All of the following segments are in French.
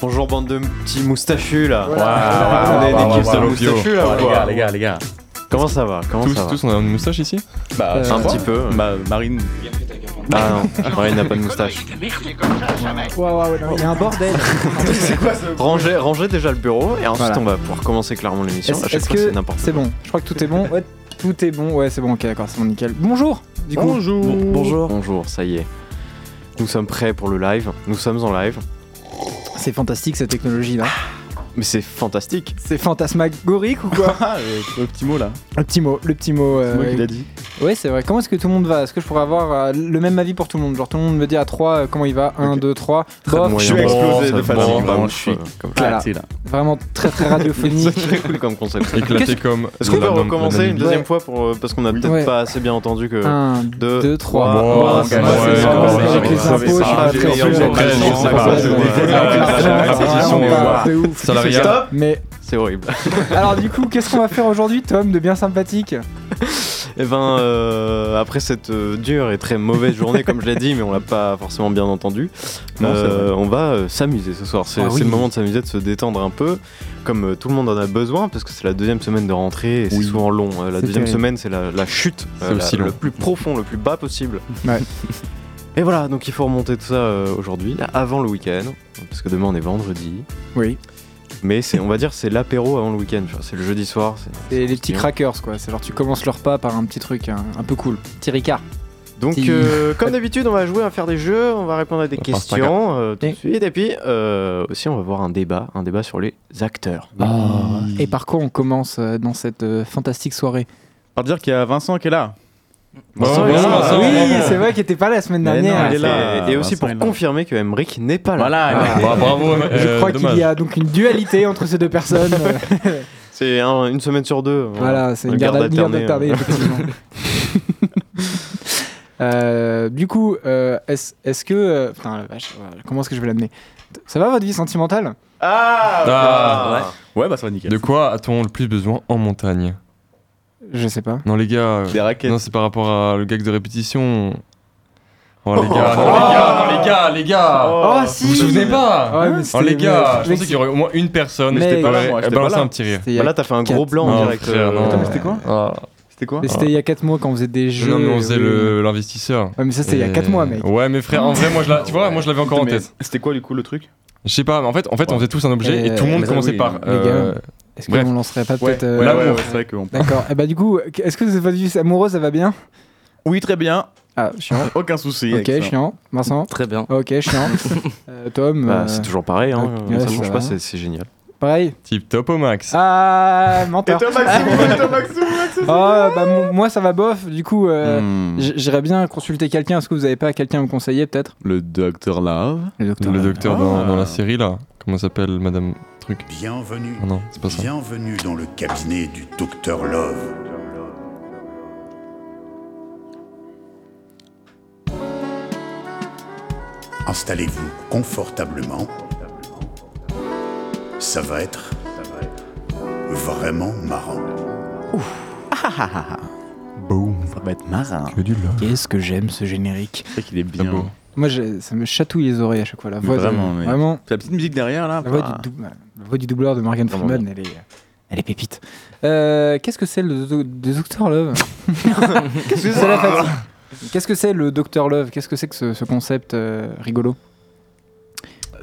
Bonjour bande de petits moustachus là. Voilà. on est Waouh, une waouh, équipe waouh, de waouh, moustachus là. ou les quoi gars, les gars, les gars. Comment ça va Comment ça Tous, va tous, on a une moustache ici Bah, Un petit peu. Bah, Marine. Ah non, ouais, il n'a pas de moustache. Waouh, waouh, non, il y a un bordel. Rangez, rangez déjà le bureau et ensuite Voilà. on va pouvoir commencer clairement l'émission. Est-ce À chaque est-ce fois que c'est n'importe quoi. c'est bon Je crois que tout est bon. Ouais, tout est bon. Ouais, c'est bon. Ok, d'accord, c'est bon, nickel. Bonjour. Du coup. Bonjour. Bonjour. Bonjour, ça y est. Nous sommes prêts pour le live. Nous sommes en live. C'est fantastique cette technologie là. Mais c'est fantastique. C'est fantasmagorique ou quoi Le petit mot là. Le petit mot, le petit mot. euh, Moi qui l'a dit. ouais, c'est vrai. Comment est-ce que tout le monde va Est-ce que je pourrais avoir euh, le même avis pour tout le monde Genre tout le monde me dit à 3 comment il va 1, 2, 3. Très Bof, moyen. je suis explosé ça de va, fatigue, ça va, vraiment, ouf, je suis- euh, comme- Voilà. Éclaté, là. vraiment très très radiophonique. C'est très cool comme concept. Éclaté comme. Est-ce qu'on peut la dame- la recommencer une dame- deuxième Ouais. fois pour, euh, parce qu'on a peut-être Ouais. Ah. pas assez bien entendu que. 1, Deux, 2, 3. Bon, Bon, c'est- ouais, ouais, c'est- ouais, ouais, c'est- c'est- ouais, c'est- ouais, c'est- ouais, c'est- ça, c'est- c'est- c'est- c'est- c'est- c'est- c'est- c'est- c'est- c'est- c'est- c'est- répétition, Ouais, mais vraiment voilà. pas de ouf. Salariat. Stop Mais C'est horrible. alors du coup, qu'est-ce qu'on va faire aujourd'hui, Tom, de bien sympathique Et ben, euh, après cette euh, dure et très mauvaise journée, comme je l'ai dit, mais on l'a pas forcément bien entendu, Non, c'est euh, on va euh, s'amuser ce soir. C'est Ah oui. c'est le moment de s'amuser, de se détendre un peu, comme euh, tout le monde en a besoin, parce que c'est la deuxième semaine de rentrée et c'est Oui. souvent long. Euh, la C'est deuxième terrible. semaine, c'est la, la chute, C'est euh, la- aussi long. le plus profond, le plus bas possible. Ouais. Et voilà, donc il faut remonter tout ça euh, aujourd'hui, avant le week-end, parce que demain on est vendredi. Oui. Mais c'est, on va dire, c'est l'apéro avant le week-end. tu vois, C'est le jeudi soir. c'est- Et c'est les petits bien. crackers, quoi. C'est genre tu commences leur pas par un petit truc hein, un peu cool. Petit Ricard. Donc, Si. euh, comme d'habitude, on va jouer, on va faire des jeux, on va répondre à des On va faire un questions euh, tout de Et- suite. Et puis, euh, aussi, on va voir un débat, un débat sur les acteurs. Et par quoi on commence euh, dans cette euh, fantastique soirée Par dire qu'il y a Vincent qui est là. Vincent, Ouais, il est Vincent, là. Vincent, Ah, Oui, Vincent. c'est vrai qu'il était pas là la semaine Mais non, dernière. il est là. Et, et aussi Vincent pour est là. confirmer que Emric n'est pas là. Voilà. Ah, bah, Bravo, euh, Je crois qu'il dommage. y a donc une dualité entre ces deux personnes. euh, C'est un- une semaine sur deux. voilà, c'est Un une garde garde une garde alternée, alternée, effectivement. Euh, du coup, euh, est-ce est-ce que. euh, putain, la vache, euh, comment est-ce que je vais l'amener Ça va votre vie sentimentale Ah, Ah, Ouais, bah ça va nickel. De quoi a-t-on le plus besoin en montagne Je sais pas. Non, les gars. euh, Des raquettes. Non, c'est par rapport à le gag de répétition. Oh, les gars, Oh. non, les gars, non, les gars, les Ah. gars. Oh, Vous vous souvenez pas Ah Ouais, mais Oh, c'était- les gars, mais- je pensais qu'il y aurait au moins une personne. Mais- C'était Pas là, pas moi, j'étais Balancer pas là. un petit rire. C'était il y a- Bah là, t'as fait un gros Quatre- blanc en Non, direct. frère, euh, non. Attends, mais c'était quoi Ah. C'était quoi mais c'était il y a 4 mois quand on faisait des jeux. Non, mais on faisait oui. le- Euh, l'investisseur. Ouais, mais ça, c'était il y a Et- 4 mois, mec. Ouais, mais frère, en vrai, moi je la- tu vois, moi je l'avais encore en Mais tête. C'était quoi du coup le truc Je sais pas, mais en fait, en fait, on faisait tous un objet Et- et, tout le monde mais commençait oui, par. les gars. euh, Est-ce Bref. qu'on lancerait pas peut-être. euh, ouais, l'amour ouais, ouais, c'est vrai qu'on D'accord. Et bah, du coup, est-ce que votre vie amoureuse, ça va bien Oui, très bien. Ah, chiant. Aucun souci. ok, excellent. chiant. Vincent Très bien. Ok, chiant. Euh, Tom Bah, euh, c'est toujours pareil, hein. ok, ça ça change va. pas, c'est c'est génial. Pareil. Type top au max. Ah, menteur. Et toi, Maxime Et toi, Maxime Ah, bah, mon- moi, ça va bof. Du coup, euh, Hmm. j- j'irais bien consulter quelqu'un. Est-ce que vous avez pas quelqu'un à me conseiller, peut-être Le docteur Love. Le docteur. le docteur dans, Ah. dans la série là. Comment s'appelle Madame Truc Bienvenue. Oh non, c'est pas ça. Bienvenue dans le cabinet du Docteur Love. Installez-vous confortablement. Ça va être vraiment marrant. Boom. Ça va être marin. Que du là. Qu'est-ce que j'aime ce générique C'est vrai qu'il est Ah bien. bon. Moi, j'ai- ça me chatouille les oreilles à chaque fois. La Mais voix de- vraiment, mais- Vraiment. Ah. C'est La petite musique derrière là. La voix, bah. du, dou- la voix du doubleur de Morgan Vraiment Freeman, elle est, elle est pépite. Euh, Qu'est-ce que c'est le do- de Docteur Love Qu'est-ce que c'est la fatigue Qu'est-ce que c'est le Docteur Love Qu'est-ce que c'est que ce, ce concept euh, rigolo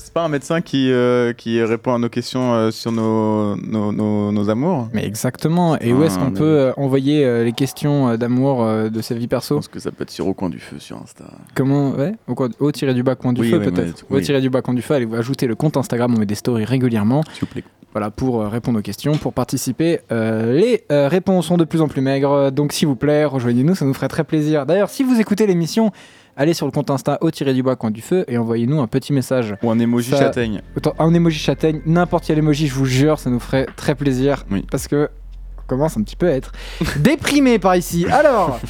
C'est pas un médecin qui, euh, qui répond à nos questions euh, sur nos, nos, nos, nos amours Mais exactement. Et où est-ce Ah, qu'on mais- peut euh, envoyer euh, les questions euh, d'amour euh, de sa vie Je perso pense que ça peut être sur Au coin du feu sur Insta. Comment ouais Au quoi- Au tiré du bas coin du Oui, feu oui, peut-être. oui, Au oui. tiré du bas coin du feu. Allez vous ajouter le compte Instagram. On met des stories régulièrement. S'il vous plaît. Voilà, pour euh, répondre aux questions, pour participer. Euh, les euh, réponses sont de plus en plus maigres, euh, donc s'il vous plaît, rejoignez-nous, ça nous ferait très plaisir. D'ailleurs, si vous écoutez l'émission, allez sur le compte Insta au tiré du bois coin du feu et envoyez-nous un petit message. Ou un emoji Ça- châtaigne. Autant un emoji châtaigne, n'importe quel emoji, je vous jure, ça nous ferait très plaisir. Oui. Parce que on commence un petit peu à être déprimé par ici. Alors,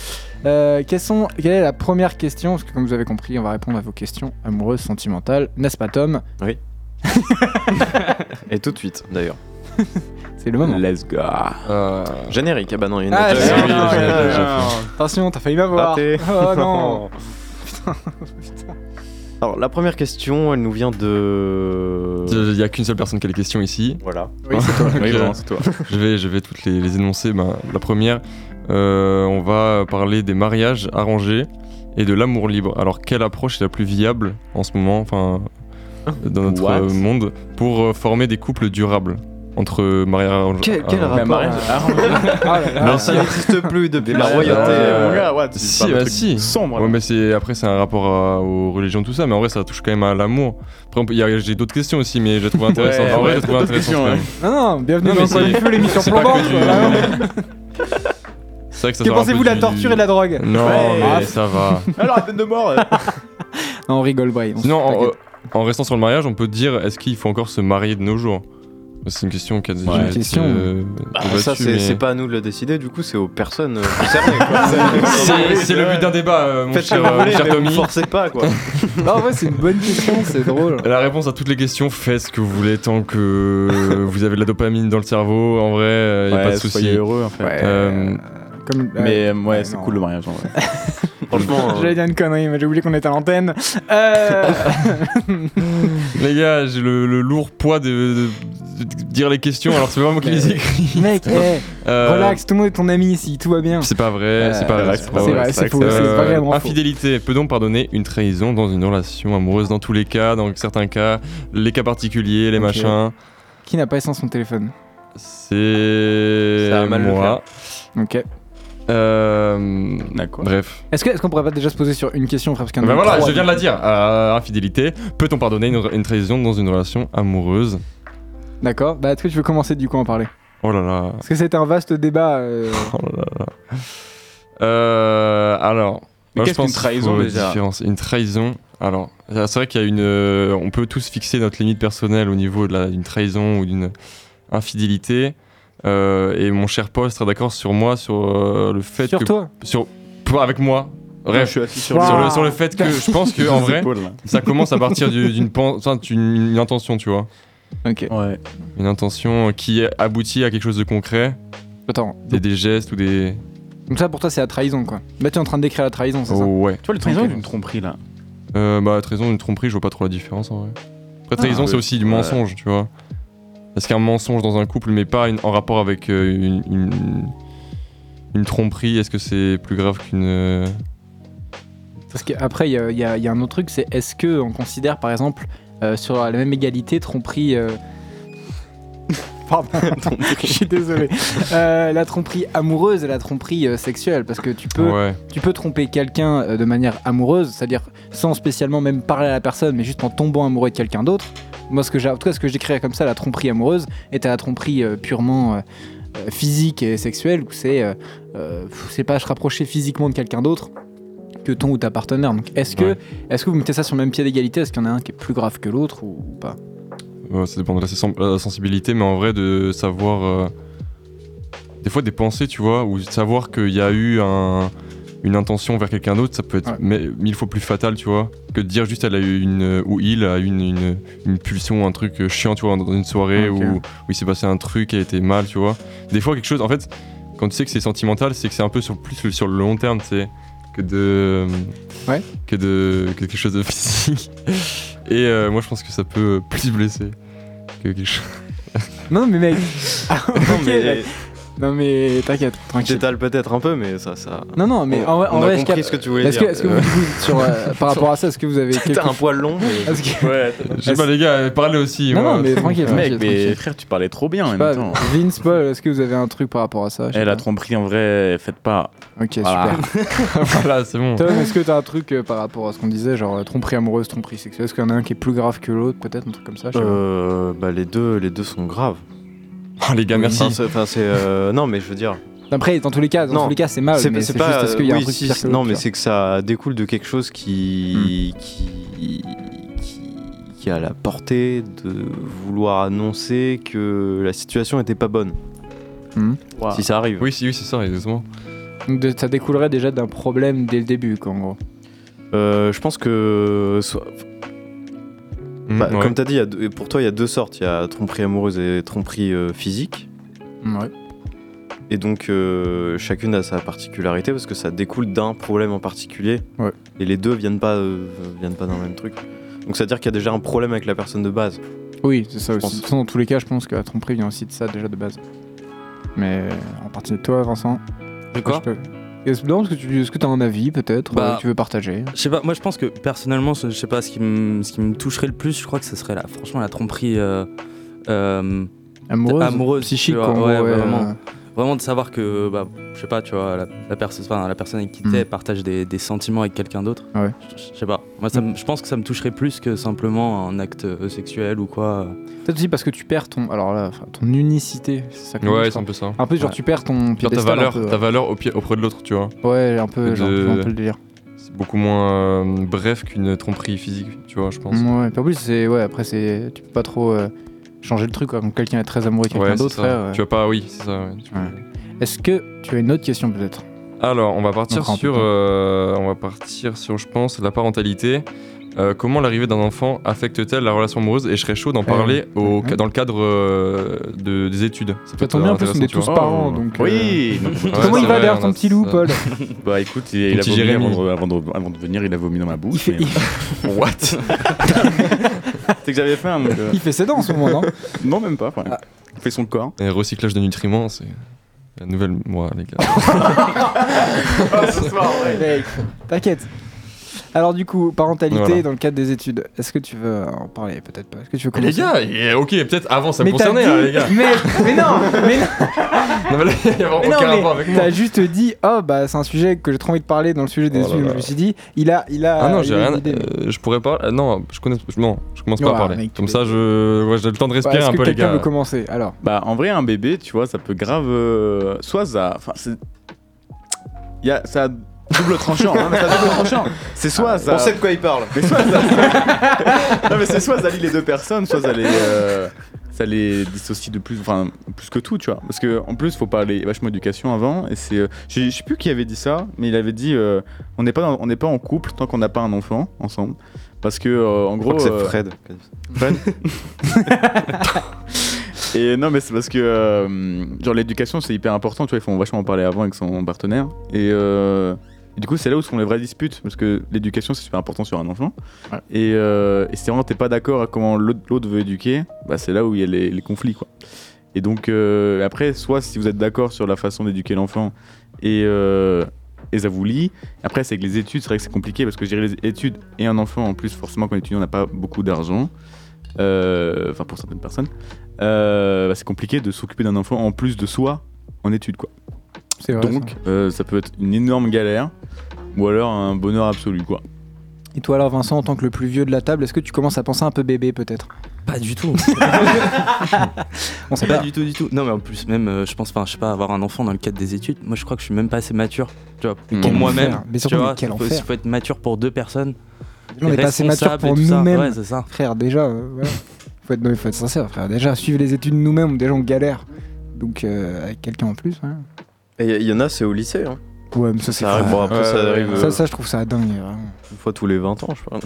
euh, quelles sont, quelle est la première question Parce que comme vous avez compris, on va répondre à vos questions amoureuses, sentimentales, n'est-ce pas Tom Et tout de suite, d'ailleurs. C'est le moment. Let's go. Euh, Générique, ah bah non, il y en a Ah, déjà- générique, il y en a déjà- générique. déjà fait. Oh, Attention, t'as failli m'avoir. Raté. Oh non. Alors, la première question, elle nous vient de. Ah, Il n'y a qu'une seule personne qui a les questions ici. Voilà. Oui, c'est toi. Ok. Oui, bon, c'est toi. je, vais, je vais toutes les, les énoncer. Ben, la première, euh, on va parler des mariages arrangés et de l'amour libre. Alors, quelle approche est la plus viable en ce moment, enfin, dans notre What euh, monde, pour euh, former des couples durables entre Ah, mariages arrangés Quel- Ah. quel arrangés. Mais rapport mariage euh, arrangé. Ah là là. Alors, ça n'existe plus depuis la mariages, royauté. euh, euh, mon gars, ouais, tu si, parles de bah trucs si. sombres, Ouais, là. mais c'est après c'est un rapport à- aux religions tout ça, mais en vrai ça touche quand même à l'amour. Après on peut- il y a- j'ai d'autres questions aussi, mais je la trouve intéressante. Ouais, en vrai je la ouais, trouve d'autres intéressante. questions, quand même. ouais. Non, non, bienvenue Non, mais dans Point c'est- du Feu, l'émission c'est pas plombante. que du- C'est vrai ça Que sort un peu pensez-vous de la du- torture et de la drogue Non, Ouais. mais Ah, ça va. Alors, la peine de mort. euh. Non, on rigole, Bray. on Sinon, se- en, euh, t'inquiète. en restant sur le mariage, on peut dire est-ce qu'il faut encore se marier de nos jours C'est une question qui a déjà une été, question. euh, bah, débattue, ça, c'est mais- c'est pas à nous de le décider, du coup, c'est aux personnes euh, concernées. quoi. C'est c'est le but d'un débat, euh, mon Faites ce que cher, euh, vous voulez, cher mais vous Tommy. forcez pas, quoi. Non, en vrai, c'est une bonne question, c'est drôle. La réponse à toutes les questions, faites ce que vous voulez tant que vous avez de la dopamine dans le cerveau. En vrai, euh, y a pas de souci. Soyez heureux, en fait. Euh, Comme, euh, Mais euh, ouais, ouais, c'est non. cool le mariage. en vrai. Franchement. euh, J'allais dire une connerie, mais j'ai oublié qu'on était à l'antenne. Euh, Les gars, j'ai le, le lourd poids de, de- de dire les questions, alors c'est pas moi qui les écris. mec, eh, Euh, relax, tout le monde est ton ami ici, tout va bien. C'est pas vrai, Ah c'est pas Euh, vrai. c'est C'est pas vrai, vrai, c'est c'est faux, vrai que c'est pas Euh, vraiment faux. infidélité, peut donc pardonner une trahison dans une relation amoureuse dans tous les cas, dans certains cas, les cas particuliers, les Ok. machins. Qui n'a pas essence son téléphone C'est Ça a mal le moi. Ok. Euh, D'accord. bref. Est-ce que- est-ce qu'on pourrait pas déjà se poser sur une question, frère Parce qu'il y en a Ben voilà, trois. je viens de la dire. Euh, infidélité, peut-on pardonner une, une trahison dans une relation amoureuse D'accord. Bah, est-ce que tu veux commencer du coup à en parler Oh là là. Parce que c'était un vaste débat. euh, Oh là là. Euh, alors, Mais moi, je qu'est-ce qu'une pense trahison, aux déjà différences. Une trahison. Alors, c'est vrai qu'il y a une. euh, on peut tous fixer notre limite personnelle au niveau de la- d'une trahison ou d'une infidélité. Euh, et mon cher Paul sera d'accord sur moi sur euh, le fait sur que toi. sur pour- avec moi. Je Bref, suis assis sur Wow. sur le le sur le fait que je pense que en vrai ça commence à partir du- d'une pen- enfin, d'une une intention, tu vois, Ok. Ouais. une intention qui aboutit à quelque chose de concret, Attends. des, des gestes ou des. Donc ça pour toi c'est la trahison quoi. Bah tu es en train de décrire la trahison, c'est ça Oh, ouais. Tu vois, le trahison d'une tromperie là. Euh, bah, trahison, une tromperie, je vois pas trop la différence en vrai. Après, trahison, ouais. c'est aussi du Ouais. mensonge, tu vois. Est-ce qu'un mensonge dans un couple, mais pas une- en rapport avec euh, une, une, une tromperie, est-ce que c'est plus grave qu'une. euh, Parce qu'après il y a, il y a- il y a un autre truc, c'est est-ce que on considère par exemple euh, sur la même égalité tromperie. euh, Pardon, je suis désolé. Euh, la tromperie amoureuse et la tromperie euh, sexuelle, parce que tu peux Ouais. Tu peux tromper quelqu'un euh, de manière amoureuse, c'est-à-dire sans spécialement même parler à la personne, mais juste en tombant amoureux de quelqu'un d'autre. Moi, ce que j'ai, en tout cas, ce que je décrirais comme ça, la tromperie amoureuse, était la tromperie euh, purement euh, euh, physique et sexuelle, où c'est, euh, euh, pff, c'est pas se rapprocher physiquement de quelqu'un d'autre que ton ou ta partenaire. Donc, est-ce que, Ouais. est-ce que vous mettez ça sur le même pied d'égalité Est-ce qu'il y en a un qui est plus grave que l'autre ou, ou pas Ouais, ça dépend de la, sen- la sensibilité, mais en vrai, de savoir. euh, des fois, des pensées, tu vois, ou de savoir qu'il y a eu un- une intention vers quelqu'un d'autre, ça peut être Ouais. mais- mille fois plus fatal, tu vois, que de dire juste elle a eu une. ou il a eu une, une, une pulsion, un truc euh, chiant, tu vois, dans une soirée Ok. où, où il s'est passé un truc qui a été mal, tu vois. Des fois, quelque chose. En fait, quand tu sais que c'est sentimental, c'est que c'est un peu sur, plus sur le long terme, tu sais, que de. Ouais. Que de. que quelque chose de physique. Et euh, moi, je pense que ça peut euh, plus blesser que quelque chose. Non, mais mec. Ah, Non, ok, mais mec. non mais t'inquiète, tranquille. j'étale peut-être un peu, mais ça. ça... Non, non, mais en, vrai- en on vrai, a je compris capte- ce que tu voulais Est-ce dire. que, est-ce que vous, du coup, sur, euh, par rapport à ça, est-ce que vous avez quelque T'as un poil long, mais. Est-ce que- Ouais. Je sais pas, les gars, parlez aussi. Non, moi. non, mais tranquille, Mec, tranquille, mais tranquille. frère, tu parlais trop bien en Je sais même pas, temps. Bah, Vince, Paul, est-ce que vous avez un truc par rapport à ça Je sais Eh, la pas. tromperie en vrai, faites pas. Ok, Voilà. super. voilà, c'est bon. Tom, est-ce que t'as un truc euh, par rapport à ce qu'on disait, genre euh, tromperie amoureuse, tromperie sexuelle Est-ce qu'il y en a un qui est plus grave que l'autre, peut-être, un truc comme ça je sais pas. Euh, bah, les deux, les deux sont graves. Oh, Ah, les gars, merci. Enfin, c'est- Enfin, c'est. euh, Non, mais je veux dire. Après, dans tous les cas, dans non. tous les cas, c'est mal. C'est Ah, mais c'est c'est pas. juste, est-ce qu'il y a euh, un oui, truc si, pire que non, l'autre, mais tu Hmm. c'est que ça découle de quelque chose qui. qui. qui- qui a la portée de vouloir annoncer que la situation était pas bonne, Waouh. si ça arrive. Oui, si, oui, c'est ça, exactement. vois. Donc, de- ça découlerait déjà d'un problème dès le début, quoi, en gros. Euh, je pense que. so- Mm, bah, ouais. Comme t'as dit, il y a deux- pour toi, il y a deux sortes. Il y a tromperie amoureuse et tromperie euh, physique. Ouais. Et donc, euh, chacune a sa particularité parce que ça découle d'un problème en particulier. Ouais. Et les deux viennent pas, euh, viennent pas d'un même truc. Donc c'est-à-dire qu'il y a déjà un problème avec la personne de base. Oui, c'est ça Je aussi. pense. De toute façon, dans tous les cas, je pense que la tromperie vient aussi de ça déjà de base. Mais en partie de toi, Vincent. D'accord. je peux- Est-ce non, est-ce que tu est-ce que as un avis peut-être Bah, euh, que tu veux partager Je sais pas, moi je pense que personnellement, ce- je sais pas, ce qui, me, ce qui me toucherait le plus, je crois que ce serait la, franchement la tromperie euh, euh, Amoureuse, amoureuse, psychique, tu vois, en gros, ouais, ouais, vraiment. euh, vraiment de savoir que bah, je sais pas tu vois la, la personne enfin, la personne avec qui Mm. t'es partage des, des sentiments avec quelqu'un d'autre Ah Ouais. Hmm. je je sais pas moi ça me- je pense que ça me toucherait plus que simplement un acte euh, sexuel ou quoi Peut-être aussi parce que tu perds ton, alors là, enfin, ton unicité. c'est Ça qu'on dit, Ouais, je c'est un peu ça. crois. un peu genre ouais. tu perds ton Genre ta piédestal un valeur, peu, ta valeur au pied, auprès de l'autre, tu vois. ouais. ouais, un peu, genre, de- un peu le délire. C'est beaucoup moins euh, bref qu'une tromperie physique, tu vois, je pense. Ouais, puis en plus, c'est ouais, après, c'est tu peux pas trop euh, changer le truc quoi. Quand quelqu'un est très amoureux de quelqu'un Ouais, c'est d'autre, ça. frère, euh, Tu vas pas, oui, c'est ça. ouais, tu- Ouais. est-ce que tu as une autre question peut-être Alors, on va On partir prend un peu sur, de temps. euh, on va partir sur, je pense, la parentalité. Euh, comment l'arrivée d'un enfant affecte-t-elle la relation amoureuse Et je serais chaud d'en parler au, Eh, ouais. dans le cadre euh, de, des études. Ça Ça peut tombe être bien, en plus, on est intéressant, tu tous vois. parents, donc. Oh. euh, Oui Ouais, Comment c'est il va vrai, d'ailleurs on ton a petit ça. loup, Paul Bah écoute, il, il a Petit vomi Jérémy. avant de, avant de- avant de venir, il a vomi dans ma Il bouche. fait, mais- euh, il, C'est Xavier Ferme. donc, euh, il fait ses dents en ce moment, non non, même pas. enfin, Ah. Il fait son corps. Et recyclage de nutriments, c'est la nouvelle moi, les gars. Mec, T'inquiète. Alors du coup, parentalité Voilà. dans le cadre des études. Est-ce que tu veux en parler Peut-être pas. Est-ce que tu veux Mais les commencer gars, eh, ok, peut-être avant ça me mais t'as concernait, dit- hein, les gars. Mais, mais non, mais non, Non, mais là, il n'y a vraiment mais non, aucun mais rapport avec moi. t'as juste dit, oh bah c'est un sujet que j'ai trop envie de parler dans le sujet des Oh là études. donc là. Je me suis dit, il a, il a. Ah non, il j'ai a une rien. idée, mais- euh, je pourrais pas. euh, non, je connais. je- Non, je commence pas Ouais, à parler. mec, tu Comme l'es- ça, je, ouais, j'ai le temps de Ouais, respirer Est-ce un que peu, les quelqu'un gars. veut commencer Alors, Bah en vrai, un bébé, tu vois, ça peut grave. euh, soit ça. Enfin, c'est. il Y a, ça a double tranchant. hein, mais ça a double tranchant. C'est soit ça. Ah, On sait de quoi il parle. Mais soit ça. non, mais c'est soit ça lie les deux personnes, soit ça les. euh, Ça les dissocie de plus, enfin plus que tout, tu vois. Parce que en plus, faut parler vachement éducation avant. Et c'est, euh, je je sais plus qui avait dit ça, mais il avait dit, euh, on n'est pas, dans- on n'est pas en couple tant qu'on n'a pas un enfant ensemble, parce que euh, en Je crois gros, que c'est euh, Fred. Et non, mais c'est parce que euh, genre l'éducation c'est hyper important, tu vois, ils font vachement en parler avant avec son partenaire. Et, euh, et du coup, c'est là où sont les vraies disputes parce que l'éducation c'est super important sur un enfant. Ouais. Et, euh, et si vraiment t'es pas d'accord à comment l'autre l'autre veut éduquer, bah, c'est là où il y a les, les conflits quoi. Et donc euh, après, soit si vous êtes d'accord sur la façon d'éduquer l'enfant et, euh, et ça vous lie. Après, c'est que les études, c'est vrai que c'est compliqué parce que gérer les études et un enfant en plus, forcément, quand on est étudiant, on n'a pas beaucoup d'argent. Euh, Enfin, pour certaines personnes. Euh, bah, c'est compliqué de s'occuper d'un enfant en plus de soi en études quoi. c'est vrai. Donc ça. euh, ça peut être une énorme galère ou alors un bonheur absolu quoi. Et toi alors, Vincent, en tant que le plus vieux de la table, est-ce que tu commences à penser un peu bébé peut-être pas du tout On sait pas pas. du tout du tout non mais en plus même euh, je pense enfin je sais pas avoir un enfant dans le cadre des études moi je crois que je suis même pas assez mature tu vois Mais pour quel moi-même enfer. Mais tu surtout, mais vois, quel faut, enfer. faut être mature pour deux personnes On est et pas assez mature responsable et pour tout ça. nous-mêmes. ouais c'est ça Frère, déjà, euh, voilà. faut, être, non, faut être sincère, frère. Déjà, suivre les études nous-mêmes, déjà on galère. Donc, euh, avec quelqu'un en plus, ouais. Il y, y en a, c'est au lycée. Hein. Ouais, mais ça, c'est Ça arrive. vrai. Bon, après, Ouais, ouais, ça arrive ouais. euh, Ça, ça, je trouve ça dingue. vraiment. une fois tous les 20 ans, je crois.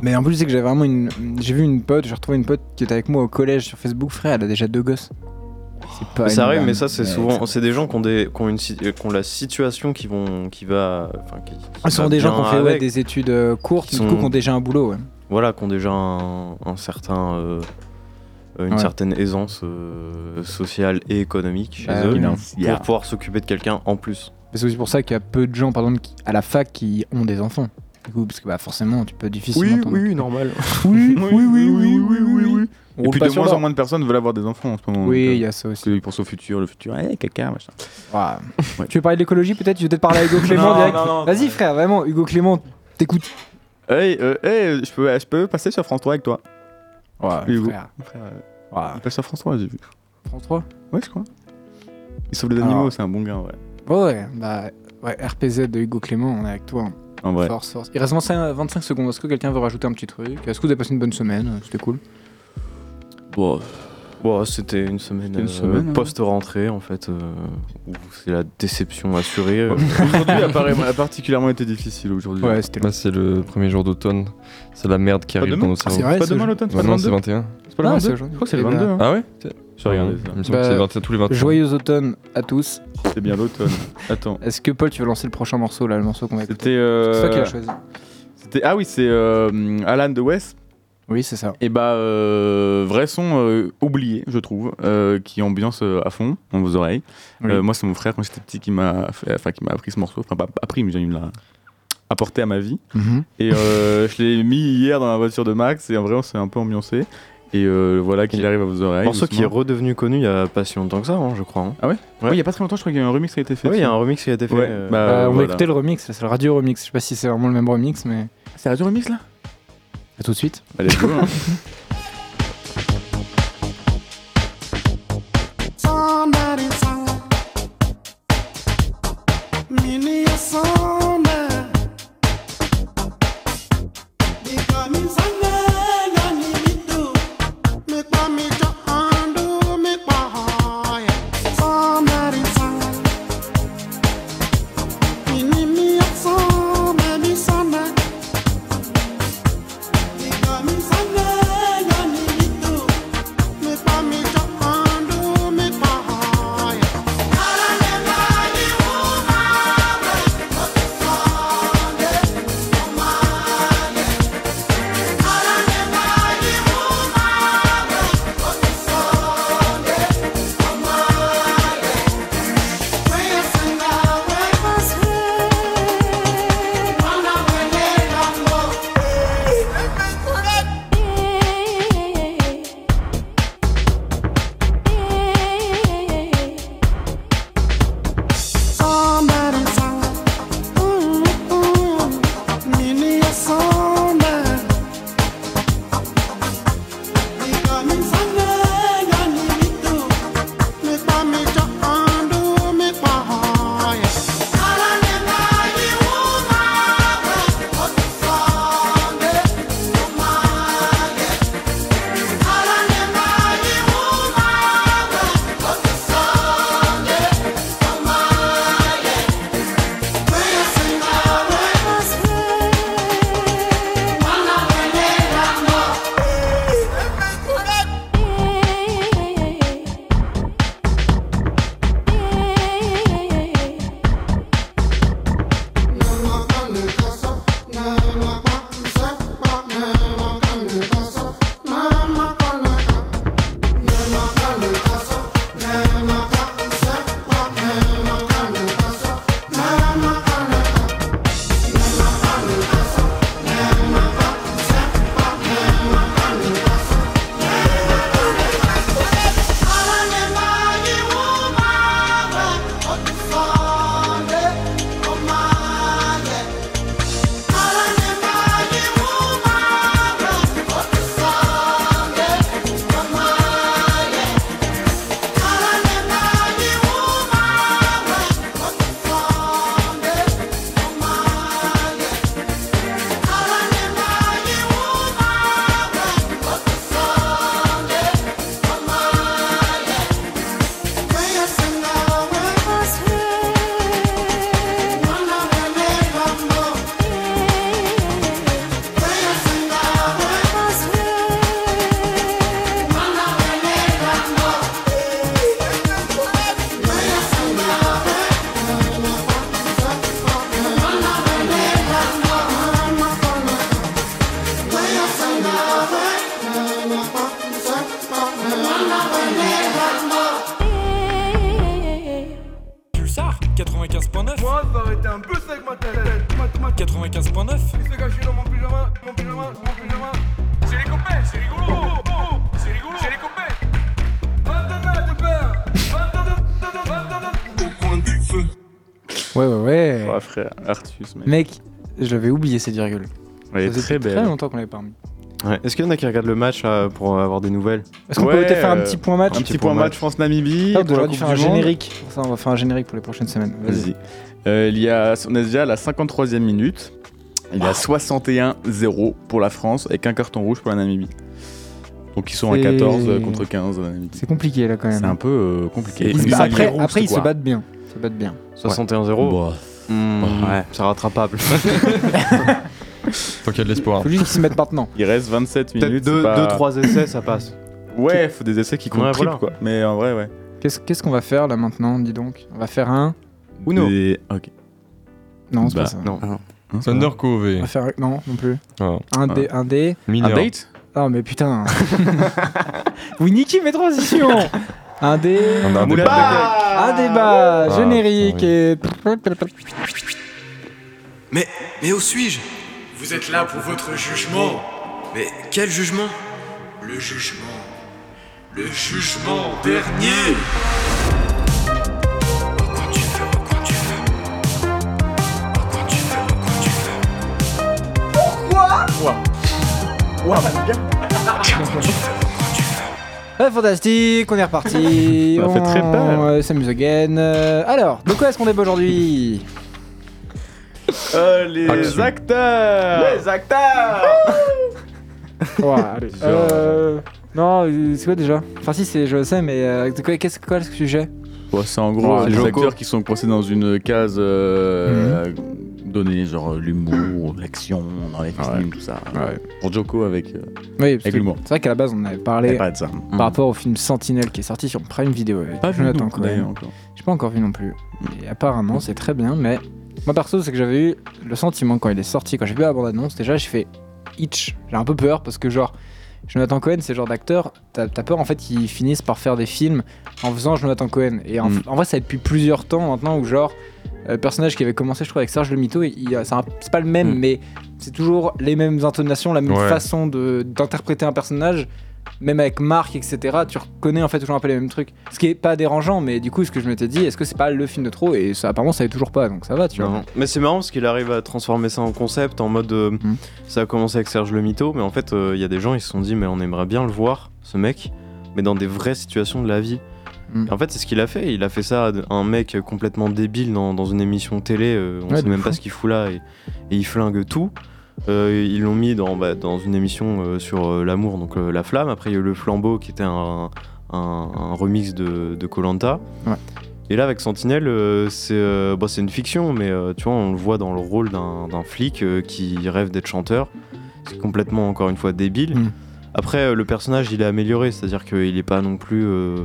Mais en plus, c'est que j'ai vraiment une. J'ai vu une pote, j'ai retrouvé une pote qui était avec moi au collège sur Facebook, frère, elle a déjà deux gosses. C'est pas. Mais une ça arrive, blague. mais ça, c'est Ouais, souvent. C'est des gens qui ont, des, qui ont, une, si- euh, qui ont la situation qui, vont, qui va. Enfin, qui, qui Ah, Ce sont va des gens qui bien ont fait ouais, avec. des études euh, courtes, Qui du coup, sont- qui ont déjà un boulot, ouais. Voilà, qui ont déjà un, un certain. euh, euh, une Ouais. certaine aisance euh, sociale et économique chez Bah eux oui, pour non. Yeah. pouvoir s'occuper de quelqu'un en plus. Mais C'est aussi pour ça qu'il y a peu de gens, par exemple, qui- à la fac qui ont des enfants. Du coup, parce que bah, forcément, tu peux difficilement. t'en- normal. oui, oui, oui, oui, oui, oui, oui, oui. On Et puis roule pas de sur moins en l'or. moins de personnes veulent avoir des enfants en ce moment. Oui, il donc, y a ça aussi. euh, parce que pour son futur, le futur, eh caca machin. Ah. Ouais. Tu veux parler de l'écologie peut-être Tu veux peut-être parler à Hugo Clément direct Vas-y frère, vraiment, Hugo Clément, t'écoutes. Hey, euh, hey, je peux, je peux passer sur France 3 avec toi. Ouais, Hugo. frère. Frère, euh, Ouais. Il passe sur France 3, j'ai vu. France 3 Ouais, je crois. Il sauve les Alors. animaux, c'est un bon gars, ouais. Ouais, bah, ouais, RPZ de Hugo Clément, on est avec toi. hein. En vrai. Force, force. Il reste 25, 25 secondes, est-ce que quelqu'un veut rajouter un petit truc Est-ce que vous avez passé une bonne semaine C'était cool. Bon, bon, c'était une semaine, C'était une euh, semaine, hein. post-rentrée en fait, euh, où c'est la déception assurée. euh. Aujourd'hui a, paré- a particulièrement été difficile aujourd'hui. Ouais, c'était long. Là, c'est le premier jour d'automne. C'est la merde qui Pas arrive demain dans nos Ah, c'est cerveaux. vrai, c'est pas ce demain jeu. l'automne, c'est Ah pas le non, c'est 22. 21. C'est pas le Ah, 22. c'est Je crois que c'est le aujourd'hui. 22. hein. Ah ouais J'ai regardé ça. Il me semble que c'est Bah, le 21, tous les 21. Joyeux automne à tous. C'est bien l'automne. Attends. Est-ce que Paul, tu veux lancer le prochain morceau là, le morceau qu'on va écouter C'était. euh, C'est toi qui l'as choisi. C'était ah oui, c'est euh, Alan de West. Oui, c'est ça. Et bah euh, vrai son euh, oublié, je trouve, euh, qui ambiance euh, à fond dans vos oreilles. Oui. Euh, moi, c'est mon frère quand j'étais petit qui m'a fait- enfin qui m'a appris ce morceau, enfin pas appris, mais il me l'a apporté à ma vie. Et euh, je l'ai mis hier dans la voiture de Max et en vrai on s'est un peu ambiancé. Et euh, voilà qu'il arrive à vos oreilles. Morceau qui est doucement. redevenu connu il y a pas si longtemps que ça, hein, je crois. hein. Ouais, il y a pas très longtemps, je crois qu'il y a eu un remix qui a été fait. Ah oui, il y a dessus. un remix qui a été fait. Ouais, euh, bah, Euh, on va voilà. écouter le remix, c'est le radio remix. Je sais pas si c'est vraiment le même remix, mais C'est Radio Remix là à tout de suite. Allez, go, hein. Somebody tell her. Many a summer. Because me Sunday, I need me do. Me kwa me jo undo, me kwa hoy. Somebody tell her. Me need me a summer, me summer. Because me Sunday, I need me do. Me pa mi jo andu mi pa hoy. Kala le ma ni uma me kotisonde umane. Kala le ma ni uma me kotisonde umane. We sing our ways free. Mana wele lango. Somebody tell her. Mm, Mm-hmm. mm, me need somebody. Because me Sunday, I need me too. Me pa me jo undo, me pa hoy. Kala ne ma ni uma we kotisonde umane. Kala ne ma ni uma we kotisonde umane. Pulsar 95.9 Moi ça aurait été un peu sec ma tête 95.9 C'est gâché dans mon pyjama, mon pyjama, mon pyjama C'est les copains, c'est rigolo oh, oh, oh, C'est rigolo, c'est les copains 22 de peur 22 22 Au coin du feu Ouais, ouais, ouais. Oh, frère, Artus, mec. Mec, je l'avais oublié ces virgules. Elle est Ça faisait très belle. Très longtemps qu'on l'avait pas remis. ouais. Est-ce qu'il y en a qui regardent le match euh, pour avoir des nouvelles Est-ce qu'on peut Ouais, peut-être faire un euh, petit point match Un petit point match France-Namibie. Ah, On pour la devrait Coupe faire un du Monde. générique. Pour Ça, on va faire un générique pour les prochaines semaines. Vas-y. Vas-y. Euh, il y a, on est déjà à la 53e minute. Il y a 61-0 pour la France avec un carton rouge pour la Namibie. Donc ils sont à C'est- 14 euh, contre 15 la Namibie. C'est compliqué là quand C'est un même. peu euh, compliqué. C'est- Ils Ils- ont mis bizarre. cinq Après, rouges, après ils quoi. se battent bien. Ils se battent bien. 61-0 Bon. Mmh, Ouais. C'est rattrapable. Tant qu'il y a de l'espoir. Ah. hein. Faut juste qu'ils se mettent maintenant. Il reste 27 Peut-être minutes. 2-3 c'est pas- essais, ça passe. Ouais, faut des essais qui comptent Ouais, triple, voilà. quoi. Mais en vrai, ouais. Qu'est-ce qu'est-ce qu'on va faire là maintenant Dis donc. On va faire un. Uno. Des- Ok. Non, c'est Bah, pas ça. non. Thunder Cove. On va faire- Non, non plus. Ah. Un dé, un dé. Un Mineur. date Ah mais putain. Winiki mes transitions. Un dé. Un- un Moulin débat. de coke. Un débat Ah, générique putain, et. Mais, mais où suis-je Vous êtes là pour votre jugement. Mais quel jugement Le jugement. Le jugement dernier. Oh, quand tu veux, oh, quand tu veux. Oh, quand tu veux, oh, quand tu veux. Ouais, fantastique, on est reparti. Ça fait très peur. On, euh, s'amuse again. Euh, alors, de quoi est-ce qu'on débat aujourd'hui Euh, les Action. acteurs Ouah, allez. Euh, Non, euh, c'est quoi déjà Enfin si, c'est, je le sais, mais euh, de quoi, qu'est-ce, quoi le sujet Bon, C'est en gros Ouais, les Joko. acteurs qui sont coincés dans une case Mhm. euh, donnée, genre euh, l'humour, l'action dans les films, tout ça. Pour Joko avec. euh, Oui, parce Avec que l'humour. C'est vrai qu'à la base, on en avait y parlé a pas de ça. par rapport au film Sentinelle qui est sorti sur Prime Video. euh, avec Jonathan Cohen. J'ai pas encore vu non plus. Et apparemment, c'est très bien, mais moi perso, c'est que j'avais eu le sentiment quand il est sorti, quand j'ai vu la bande-annonce, déjà j'ai fait itch. J'ai un peu peur parce que, genre, Jonathan Cohen, c'est le genre d'acteur, t'as t'as peur en fait qu'ils finissent par faire des films en faisant Jonathan Cohen. Et en, Mm. en vrai, ça depuis plusieurs temps maintenant où, genre, euh, le personnage qui avait commencé, je crois, avec Serge Le Mito, il- il- c'est un- c'est pas le même, Mm. mais c'est toujours les mêmes intonations, la même Ouais. façon de- d'interpréter un personnage même avec Marc, etc., tu reconnais en fait toujours un peu les mêmes trucs. Ce qui est pas dérangeant, mais du coup, ce que je m'étais dit, est-ce que c'est pas le film de trop Et ça, apparemment, ça est toujours pas, donc ça va, tu vois. Non. Mais c'est marrant parce qu'il arrive à transformer ça en concept en mode euh, Mhm. ça a commencé avec Serge le Mito mais en fait euh, il y a des gens ils se sont dit mais on aimerait bien le voir ce mec mais dans des vraies situations de la vie. Mhm. Et En fait c'est ce qu'il a fait, il a fait ça à un mec complètement débile dans, dans une émission télé, euh, on Ouais, sait de même fou. pas ce qu'il fout là et, et il flingue tout. Euh, ils l'ont mis dans, bah, dans une émission euh, sur euh, l'amour, donc euh, la flamme. Après il y a eu le flambeau qui était un, un- un remix de de Colanta. Et là, avec Sentinelle, euh, c'est euh, bah, c'est une fiction, mais euh, tu vois, on le voit dans le rôle d'un d'un flic euh, qui rêve d'être chanteur. C'est complètement, encore une fois, débile. Mm. Après, euh, le personnage, il est amélioré, c'est-à-dire qu'il n'est pas non plus. euh,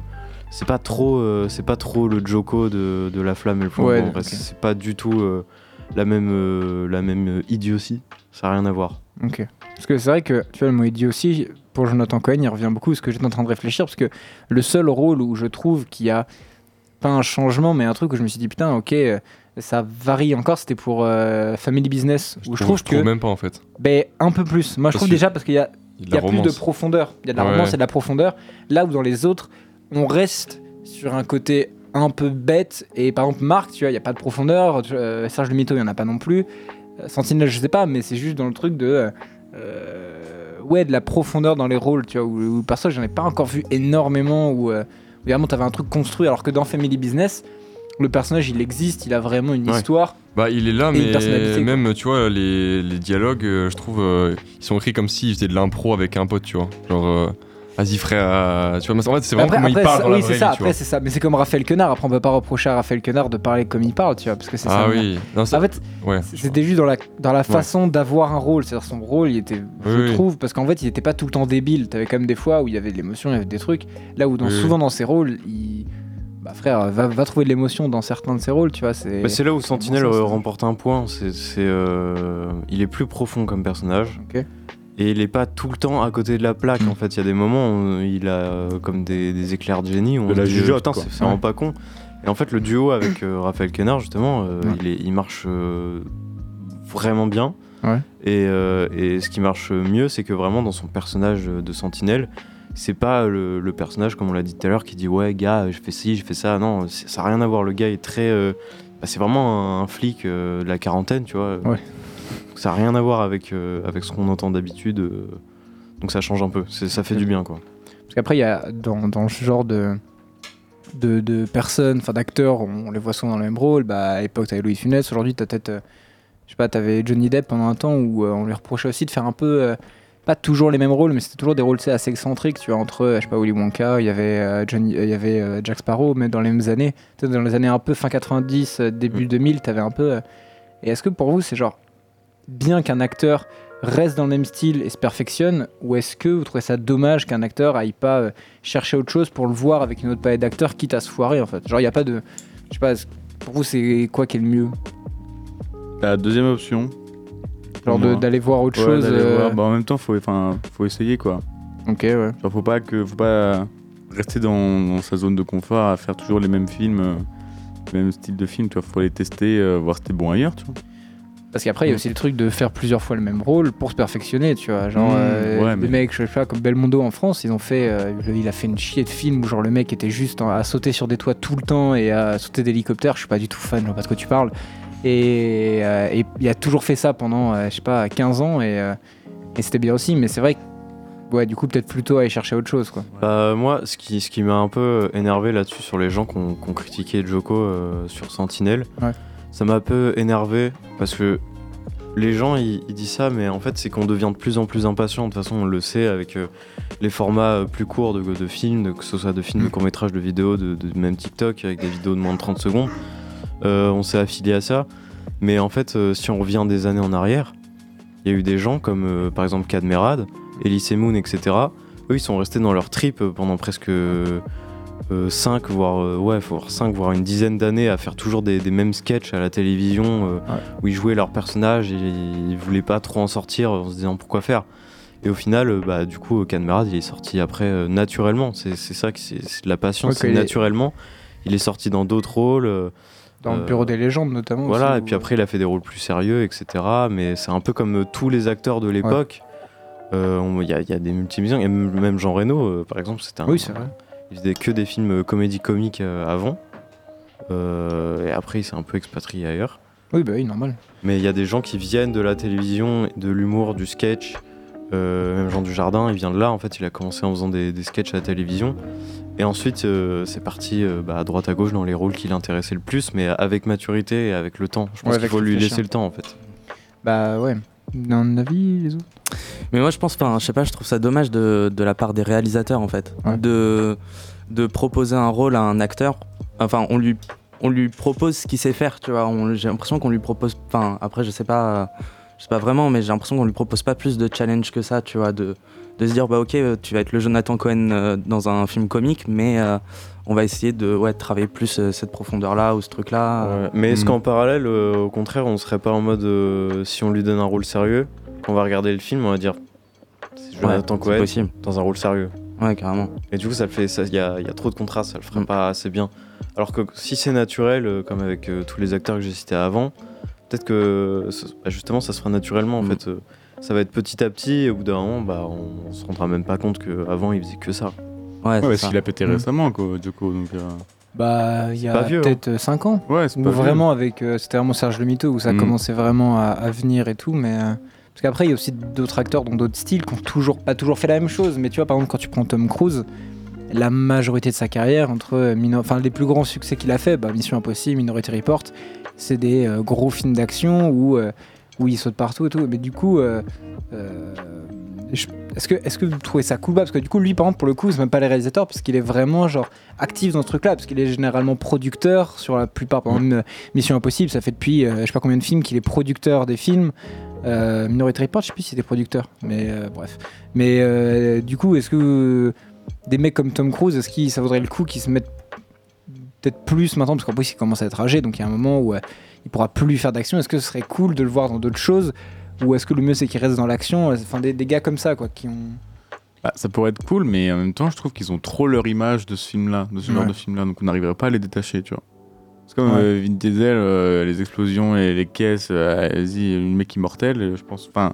c'est pas trop, euh, c'est pas trop le Joko de, de la flamme et le flambeau. Ouais, en vrai. ok. C'est pas du tout euh, la même, euh, la même euh, idiotie. Ça n'a rien à voir. Ok. Parce que c'est vrai que, tu vois, le mot idiot aussi, pour Jonathan Cohen, il revient beaucoup, parce que j'étais en train de réfléchir, parce que le seul rôle où je trouve qu'il y a pas un changement, mais un truc où je me suis dit, putain, ok, euh, ça varie encore, c'était pour euh, Family Business, où je trouve que. même pas en fait. Ben, un peu plus. Moi, je Parce trouve que- déjà, parce qu'il y a Il Il y a plus de romance. profondeur. Il y a de la Ouais. romance et de la profondeur. Là où dans les autres, on reste sur un côté un peu bête. Et par exemple, Marc, tu vois, il n'y a pas de profondeur. Tu- euh, Serge Le Mito, il n'y en a pas non plus. Euh, Sentinelle, je sais pas, mais c'est juste dans le truc de. euh, euh, ouais, de la profondeur dans les rôles, tu vois. Où, où perso, j'en ai pas encore vu énormément. Où, euh, où vraiment, t'avais un truc construit. Alors que dans Family Business, le personnage, il existe. Il a vraiment une Ouais. histoire. Bah, il est là, Et une mais personnalité, quoi. même, tu vois, les, les dialogues, euh, je trouve, euh, ils sont écrits comme s'il faisait de l'impro avec un pote, tu vois. Genre, euh, vas-y frère, euh, tu vois, mais en fait, c'est vraiment Après, comment après, il parle ça- dans la oui, vraie c'est ça. vie, tu vois. Après, c'est ça. Mais c'est comme Raphaël Quenard. Après, on peut pas reprocher à Raphaël Quenard de parler comme il parle, tu vois. Parce que c'est ça. Ah le mien. oui, non, ça, En fait, ouais. C'était juste dans la, dans la façon d'avoir un rôle. C'est-à-dire son rôle, il était, je Oui, oui. trouve, parce qu'en fait, il n'était pas tout le temps débile. T'avais quand même des fois où il y avait de l'émotion, il y avait des trucs. Là où dans, Oui, oui. souvent dans ses rôles, il... bah, frère, va, va trouver de l'émotion dans certains de ses rôles, tu vois. C'est... Bah, c'est là où Sentinelle bon sens, euh, ça. remporte un point. C'est, c'est, euh, il est plus profond comme personnage. Ok. Et il est pas tout le temps à côté de la plaque. Hmm. En fait, il y a des moments où il a euh, comme des, des éclairs de génie. Où on De la se dit, euh, jugeote, Putain, quoi. c'est, c'est vraiment pas con. Et en fait, le duo avec euh, Raphaël Quenard, justement, euh, Ouais. il, est- il marche euh, vraiment bien. Ouais. Et, euh, et ce qui marche mieux, c'est que vraiment dans son personnage de Sentinelle, c'est pas le, le personnage, comme on l'a dit tout à l'heure, qui dit ouais, gars, je fais ci, je fais ça. Non, c'est- ça n'a rien à voir. Le gars est très. euh, bah, c'est vraiment un, un flic euh, de la quarantaine, tu vois. Ouais. Ça n'a rien à voir avec, euh, avec ce qu'on entend d'habitude. euh, donc ça change un peu. C'est- Ça fait du bien, quoi. Parce qu'après, il y a dans, dans ce genre de, de, de personnes, enfin d'acteurs, on, on les voit souvent dans le même rôle. Bah, à l'époque, t'avais Louis de Funès, aujourd'hui, t'as peut-être. euh, je sais pas, t'avais Johnny Depp pendant un temps où euh, on lui reprochait aussi de faire un peu. euh, pas toujours les mêmes rôles, mais c'était toujours des rôles tu sais, assez excentriques. Tu vois, entre, euh, je sais pas, Willy Wonka, il y avait, euh, Johnny, euh, il y avait euh, Jack Sparrow, mais dans les mêmes années, tu sais, dans les années un peu fin 90, euh, début 2000, t'avais un peu. euh, et est-ce que pour vous, c'est genre. Bien qu'un acteur reste dans le même style et se perfectionne, ou est-ce que vous trouvez ça dommage qu'un acteur aille pas euh, chercher autre chose pour le voir avec une autre palette d'acteurs, quitte à se foirer en fait Genre, il n'y a pas de. Je sais pas, est-ce- pour vous, c'est quoi qui est le mieux La deuxième option, Genre de- moi. d'aller voir autre Ouais, chose. d'aller euh, voir. Bah, en même temps, faut, enfin, faut essayer quoi. Ok, ouais. Genre, faut pas que, faut pas rester dans, dans sa zone de confort à faire toujours les mêmes films, euh, les mêmes styles de films. Tu vois, faut les tester, euh, voir si t'es bon ailleurs. Tu vois. Parce Mm. qu'après, il y a aussi le truc de faire plusieurs fois le même rôle pour se perfectionner, tu vois. Genre, Mmh, Mm. euh, ouais, des mais- mecs, je sais pas, comme Belmondo en France, ils ont fait, euh, le- il a fait une chier de film où genre le mec était juste en- à sauter sur des toits tout le temps et à sauter d'hélicoptère. Je suis pas du tout fan, je vois pas de quoi tu parles. Et, euh, et il a toujours fait ça pendant, euh, je sais pas, 15 ans et, euh, et c'était bien aussi. Mais c'est vrai que, ouais, du coup, peut-être plutôt aller chercher autre chose, quoi. Bah, moi, ce qui, ce qui m'a un peu énervé là-dessus, sur les gens qui ont qui ont critiqué Joko euh, sur Sentinelle, Ouais. ça m'a un peu énervé parce que les gens, ils, ils disent ça, mais en fait, c'est qu'on devient de plus en plus impatient. De toute façon, on le sait avec euh, les formats euh, plus courts de, de films, de- que ce soit de films de court-métrage, de vidéos, de, de même TikTok, avec des vidéos de moins de 30 secondes. Euh, on s'est affilié à ça. Mais en fait, euh, si on revient des années en arrière, il y a eu des gens comme euh, par exemple Cadmerad, Elise Moon, etc. Eux, ils sont restés dans leur trip euh, pendant presque 5, voire, euh, ouais, faut voir cinq, voire une dizaine d'années à faire toujours des, des mêmes sketchs à la télévision euh, où ils jouaient leur personnage et ils voulaient pas trop en sortir en se disant pourquoi faire. Et au final, euh, bah, du coup, Cadmerad, il est sorti après euh, naturellement. C'est c'est ça, que c'est c'est de la patience, Ouais, c'est qu'il est- naturellement. Il est sorti dans d'autres rôles. euh, Dans le euh, bureau des légendes, notamment. voilà, aussi, et puis où- après, il a fait des rôles plus sérieux, etc. Mais c'est un peu comme euh, tous les acteurs de l'époque. Euh, on- Il y, a- il y a des multimédiens, et même même Jean Reno, euh, par exemple, c'était un. Oui, c'est vrai. Il faisait que des films euh, comédie-comique euh, avant. Euh, et après, il s'est un peu expatrié ailleurs. Oui, bah oui, normal. Mais il y a des gens qui viennent de la télévision, de l'humour, du sketch. Euh, même Jean Dujardin, il vient de là. En fait, il a commencé en faisant des, des sketchs à la télévision. Et ensuite, euh, c'est parti euh, bah, à droite à gauche dans les rôles qui l'intéressaient le plus, mais avec maturité et avec le temps. Je Ouais, pense qu'il avec faut lui réfléchir. laisser le temps, en fait. Bah ouais. D'un avis, les autres Mais moi, je pense, enfin, je sais pas, je trouve ça dommage de, de la part des réalisateurs, en fait, Ouais. de, de proposer un rôle à un acteur. Enfin, on lui, on lui propose ce qu'il sait faire, tu vois. On- J'ai l'impression qu'on lui propose. Enfin, après, je sais pas, euh, je sais pas vraiment, mais j'ai l'impression qu'on lui propose pas plus de challenge que ça, tu vois, de, de se dire, bah ok, euh, tu vas être le Jonathan Cohen euh, dans un film comique, mais euh, on va essayer de, ouais, de travailler plus euh, cette profondeur-là ou ce Ah. truc-là. Ouais. Mais est-ce Mm. Hmm. qu'en parallèle, euh, au contraire, on serait pas en mode euh, si on lui donne un rôle sérieux, qu'on va regarder le film, on va dire c'est Jonathan c'est Cohen possible. dans un rôle sérieux. Ouais, carrément. Et du coup, ça le fait, il y a, y a trop de contraste, ça le ferait Mm. pas assez bien. Alors que si c'est naturel, euh, comme avec euh, tous les acteurs que j'ai cités avant, peut-être que ce- bah, justement, ça se fera naturellement en Mm. fait. euh, ça va être petit à petit, et au bout d'un moment, bah, on, on se rendra même pas compte qu'avant il faisait que ça. Ouais, Ouais, c'est parce ça. qu'il a pété Mm. récemment, quoi, Joko. Donc, euh, Bah, il y pas a vieux, hein. peut-être 5 ans. ouais, c'est Ou pas vieux. vraiment avec. euh, c'était vraiment Serge Le Mito où ça Mm. commençait vraiment à, à venir et tout, mais. euh, parce qu'après, il y a aussi d'autres acteurs dans d'autres styles qui ont toujours, pas toujours fait la même chose. Mais tu vois, par exemple, quand tu prends Tom Cruise, la majorité de sa carrière, entre euh, Mino- enfin, les plus grands succès qu'il a fait, bah, Mission Impossible, Minority Report, c'est des euh, gros films d'action où, euh, où il saute partout et tout. Mais du coup, euh, euh, je- est-ce que, est que vous trouvez ça cool bah, Parce que du coup, lui, par exemple, pour le coup, c'est même pas les réalisateurs, parce qu'il est vraiment genre actif dans ce truc-là, parce qu'il est généralement producteur sur la plupart. Par exemple, euh, Mission Impossible, ça fait depuis euh, je sais pas combien de films qu'il est producteur des films. Euh, Minority Report, je sais plus s'il était producteur, mais euh, bref. Mais euh, du coup, est-ce que euh, des mecs comme Tom Cruise, est-ce que ça vaudrait le coup qu'ils se mettent peut-être plus maintenant, parce qu'en plus il commence à être âgé, donc il y a un moment où euh, il pourra plus faire d'action. Est-ce que ce serait cool de le voir dans d'autres choses ou est-ce que le mieux c'est qu'il reste dans l'action Enfin, des, des gars comme ça, quoi, qui ont. Bah, ça pourrait être cool, mais en même temps, je trouve qu'ils ont trop leur image de ce film-là, de ce genre Ouais. de film-là, donc on n'arriverait pas à les détacher, tu vois. C'est comme Ouais. euh, Vin Diesel, euh, les explosions et les caisses, euh, vas-y, le mec immortel, euh, je pense. Enfin,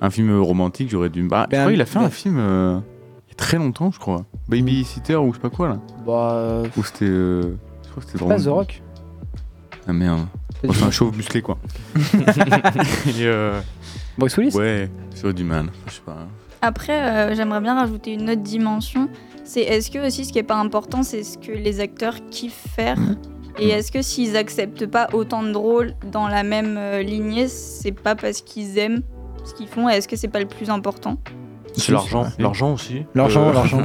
un film romantique, j'aurais dû. Bah, je Ben, crois qu'il a fait ben- un film euh, il y a très longtemps, je crois. Babysitter ou je sais pas quoi, là. Bah. Ou c'était. euh, je crois que c'était Pas drôle. The Rock Ah merde. Pas du Enfin, un tout. chauve musclé, quoi. Et, euh, Bruce Willis ouais, j'aurais du mal. Enfin, Je sais pas. Après, euh, j'aimerais bien rajouter une autre dimension. C'est est-ce que aussi ce qui est pas important, c'est ce que les acteurs kiffent faire Mmh. Et est-ce que s'ils acceptent pas autant de rôles dans la même euh, lignée, c'est pas parce qu'ils aiment ce qu'ils font et Est-ce que c'est pas le plus important C'est l'argent, c'est- l'argent aussi. Euh, L'argent, l'argent.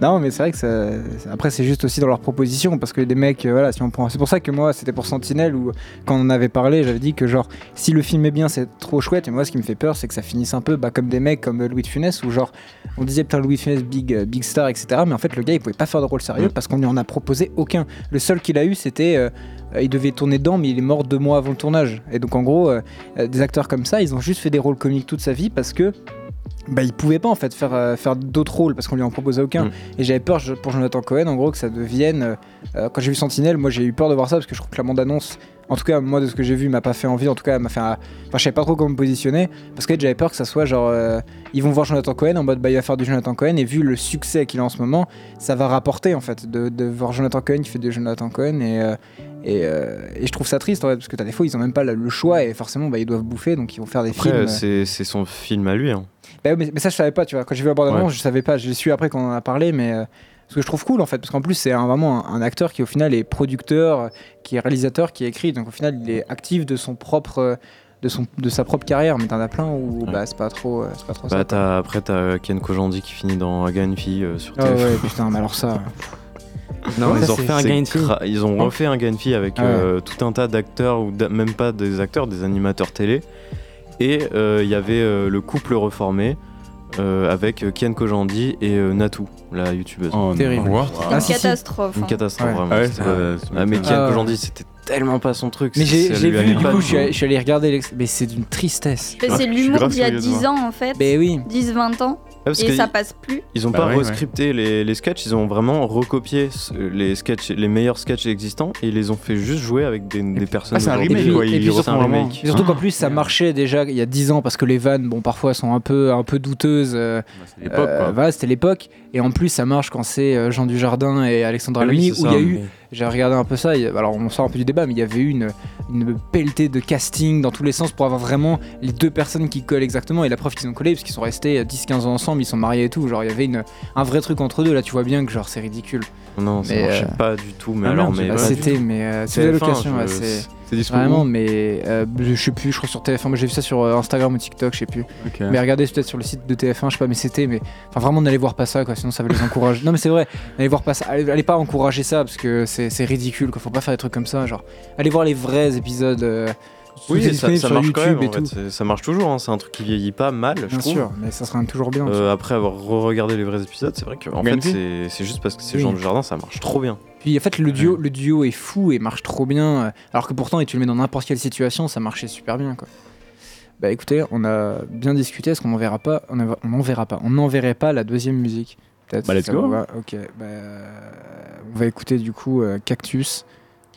Non, mais c'est vrai que ça. Après, c'est juste aussi dans leurs propositions parce que les mecs, euh, voilà, si on prend. C'est pour ça que moi, c'était pour Sentinelle où, quand on en avait parlé, j'avais dit que, genre, si le film est bien, c'est trop chouette. Et moi, ce qui me fait peur, c'est que ça finisse un peu bah, comme des mecs comme euh, Louis de Funès où, genre, on disait putain, Louis de Funès, big, euh, big star, etc. Mais en fait, le gars, il pouvait pas faire de rôle sérieux parce qu'on lui en a proposé aucun. Le seul qu'il a eu, c'était. euh, euh, il devait tourner dedans, mais il est mort deux mois avant le tournage. Et donc, en gros, euh, euh, des acteurs comme ça, ils ont juste fait des rôles comiques toute sa vie parce que bah, il pouvait pas en fait faire, euh, faire d'autres rôles parce qu'on lui en proposait aucun. Mm. Et j'avais peur je- pour Jonathan Cohen en gros que ça devienne. euh, euh, quand j'ai vu Sentinelle, moi j'ai eu peur de voir ça parce que je trouve que la bande-annonce, en tout cas moi de ce que j'ai vu, m'a pas fait envie. En tout cas, elle m'a fait. un- Enfin, je savais pas trop comment me positionner parce que j'avais peur que ça soit genre. euh, ils vont voir Jonathan Cohen en mode bah il va faire du Jonathan Cohen et vu le succès qu'il a en ce moment, ça va rapporter en fait de, de voir Jonathan Cohen qui fait de Jonathan Cohen et. euh, et, euh, et je trouve ça triste en fait, parce que t'as des fois ils ont même pas le- le choix et forcément bah, ils doivent bouffer donc ils vont faire des Après, films. euh, c'est c'est son film à lui. hein. Bah oui, mais, mais ça, je savais pas, tu vois. Quand j'ai vu la bande-annonce, Ouais. je savais pas. Je l'ai su après qu'on en a parlé, mais. euh, ce que je trouve cool en fait, parce qu'en plus c'est un- vraiment un, un acteur qui au final est producteur, euh, qui est réalisateur, qui écrit, donc au final il est actif de son propre, euh, de son, de sa propre carrière. Mais t'en as plein où bah c'est pas trop, euh, c'est pas trop Bah, ça. quoi. t'as- après, t'as Ken Kojandi qui finit dans Aga une fille euh, sur Ah TF1. ouais, putain, mais alors ça. euh. Non, ils ont c'est- refait un c'est gain de fille. cra- Ils ont refait un gain de fille avec Ah ouais. euh, tout un tas d'acteurs, ou d'a- même pas des acteurs, des animateurs télé. Et euh, il y avait euh, le couple reformé euh, avec Ken Kojandi et euh, Natou, la youtubeuse. Oh, non. Terrible. What Une Ah, si, si. catastrophe. Une hein. catastrophe, Ouais. vraiment. Ah ouais, C'était- c'est pas- c'est Ah, mais pas- Ken Ah ouais. Kojandi, c'était tellement pas son truc. Mais ça- j'ai ça j'ai lui allait vu du pas, coup, quoi. je suis, allé- je suis allé regarder, l'ex- mais c'est d'une tristesse. Mais Ouais, c'est je suis l'humour grave d'il y a curieux de 10 voir. ans en fait, Mais oui. 10-20 ans, Ouais, parce et que ça passe plus. Ils ont Bah pas ouais, rescripté les, les sketchs, ils ont vraiment recopié ce- les sketchs, les meilleurs sketchs existants et ils les ont fait juste jouer avec des, des personnes. Ah, c'est un d'aujourd'hui. remake, quoi. Et Ils puis, c'est refont un vraiment. remake. Et surtout qu'en plus ça marchait déjà il y a 10 ans parce que les vannes, bon parfois sont un peu, un peu douteuses. euh, L'époque, Euh, quoi. voilà, c'était l'époque. Et en plus, ça marche quand c'est euh, Jean Dujardin et Alexandre Ah oui, Lamy, c'est où ça, il y a eu, j'ai regardé un peu ça, il y a- alors on sort un peu du débat, mais il y avait eu une, une pelletée de casting dans tous les sens pour avoir vraiment les deux personnes qui collent exactement. Et la preuve qu'ils ont collé, parce qu'ils sont restés euh, 10-15 ans ensemble, ils sont mariés et tout. Genre, il y avait une, un vrai truc entre deux. Là, tu vois bien que genre c'est ridicule. Non, ça Mais, marchait euh, pas du tout, mais ah, alors, merde, mais. Bah, pas du c'était, mais euh, c'est TF1, l'allocation, je- ouais, c'est C'est disponible. vraiment, mais euh, je sais plus, je crois sur TF1, moi j'ai vu ça sur euh, Instagram ou TikTok, je sais plus. Ok. Mais regardez peut-être sur le site de TF1, je sais pas, mais c'était, mais enfin vraiment n'allez voir pas ça, quoi. Sinon ça va les encourager. non mais c'est vrai, n'allez voir pas ça, allez, allez pas encourager ça parce que c'est c'est ridicule, quoi. Faut pas faire des trucs comme ça, genre. Allez voir les vrais épisodes. euh, tous Oui, les ça, disponibles ça sur marche YouTube quand même, et en fait. tout. C'est- Ça marche toujours, hein. c'est un truc qui vieillit pas mal, je Bien trouve. sûr, mais ça sera toujours bien. Euh, après avoir re-regardé les vrais épisodes, c'est vrai que en fait, Ganty c'est- c'est juste parce que c'est Oui. Jean du Jardin, ça marche trop bien. Puis en fait le duo, le duo est fou et marche trop bien, euh, alors que pourtant et tu le mets dans n'importe quelle situation, ça marchait super bien, quoi. Bah écoutez, on a bien discuté, est-ce qu'on n'en verra pas On n'en verra pas, on n'enverrait pas la deuxième musique. Peut-être Bah, si let's ça go. vous va. Ok, bah, on va écouter du coup euh, Cactus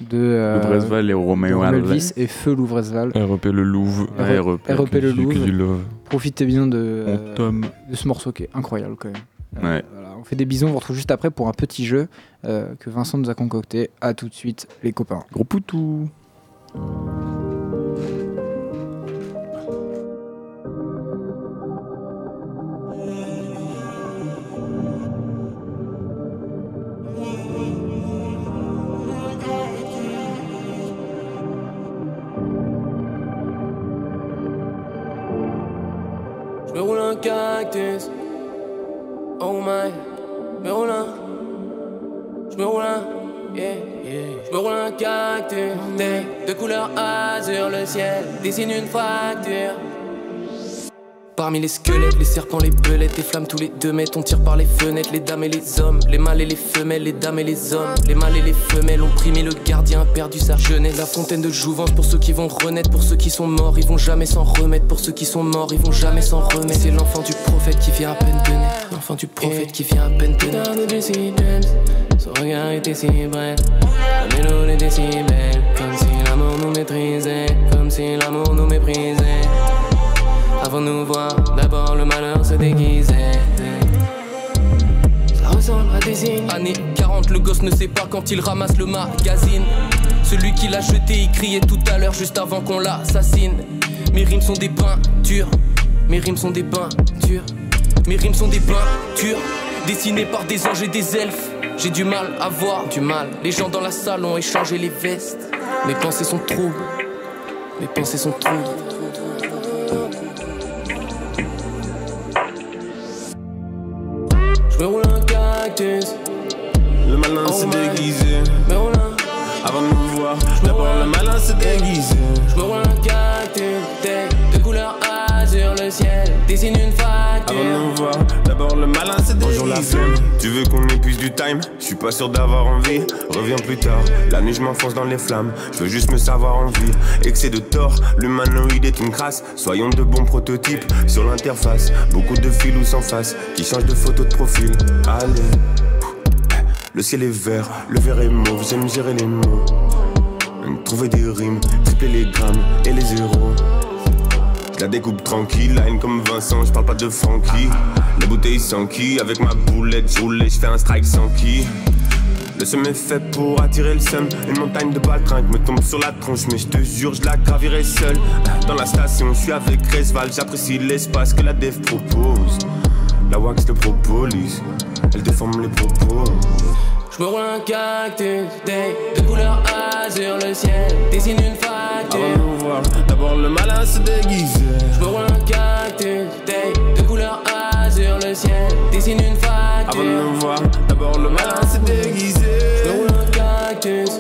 de, euh, Le Bresval et de Roméo Romain Elvis et Feu Louvresval. REP Eh, le Louvre. Ouais, REP. REP le Que Louvre. du love. Profitez bien de, euh, On tome. de ce morceau qui est incroyable quand même. Euh, Ouais. voilà, on fait des bisons, on vous retrouve juste après pour un petit jeu euh, que Vincent nous a concocté. À tout de suite les copains. Gros poutou. Je me roule un cactus. Oh my. Je me roule un. Je me roule un. Yeah. Je me roule un cactus. De, de couleur azur, le ciel dessine une fracture. Parmi les squelettes, les serpents, les belettes, les flammes tous les deux mètres, on tire par les fenêtres, les dames et les hommes, les mâles et les femelles, les dames et les hommes, les mâles et les femelles ont primé le gardien a perdu sa jeunesse. La fontaine de jouvence pour ceux qui vont renaître, pour ceux qui sont morts, ils vont jamais s'en remettre, pour ceux qui sont morts, ils vont jamais s'en remettre. C'est l'enfant du prophète qui vient à peine de naître, l'enfant du prophète qui vient à peine de naître. Regarde de Jesse James, son regard était si bref, la mélodie était si belle, comme si l'amour nous maîtrisait, comme si l'amour nous méprisait. Avant de nous voir, d'abord le malheur se déguisait. Ça ressemble à des signes. Année 40, le gosse ne sait pas quand il ramasse le magazine. Celui qui l'a jeté, il criait tout à l'heure juste avant qu'on l'assassine. Mes rimes sont des peintures. Mes rimes sont des peintures. Mes rimes sont des peintures. Dessinées par des anges et des elfes. J'ai du mal à voir du mal. Les gens dans la salle ont échangé les vestes. Mes pensées sont troubles. Mes pensées sont troubles. Je me roule un cactus cactus. Le malin Oh s'est déguisé. Avant de me voir, d'abord le malin s'est déguisé. Je me roule un cactus, tête de couleur azur, le ciel dessine une Avant de facture. me voir, d'abord le malin s'est déguisé. Tu veux qu'on épuise du time Je suis pas sûr d'avoir envie. Reviens plus tard. La nuit, je m'enfonce dans les flammes. Je veux juste me savoir en vie. Excès de tort, l'humanoïde est une crasse. Soyons de bons prototypes sur l'interface. Beaucoup de fils ou sans face qui changent de photo de profil. Allez. Le ciel est vert, le verre est mauve, j'aime gérer les mots. Trouver des rimes, tripler les grammes et les zéros. Je la découpe tranquille, line comme Vincent, je parle pas de Francky. La bouteille sans qui, avec ma boulette, je roulais, je fais un strike sans qui. Le seum est fait pour attirer le seum. Une montagne de baltringues me tombe sur la tronche, mais je te jure, je la gravirai seul. Dans la station, je suis avec Resval, j'apprécie l'espace que la dev propose. La wax le propolise, elle déforme les propos. Je me roule un cactus, tête de couleur azur, le ciel dessine une Avant de facture. nous voir, d'abord le malin se déguise. Je me roule un cactus, tête de couleur azur, le ciel dessine une facture. Avant de nous voir, d'abord le malin se déguise. Je me roule un cactus,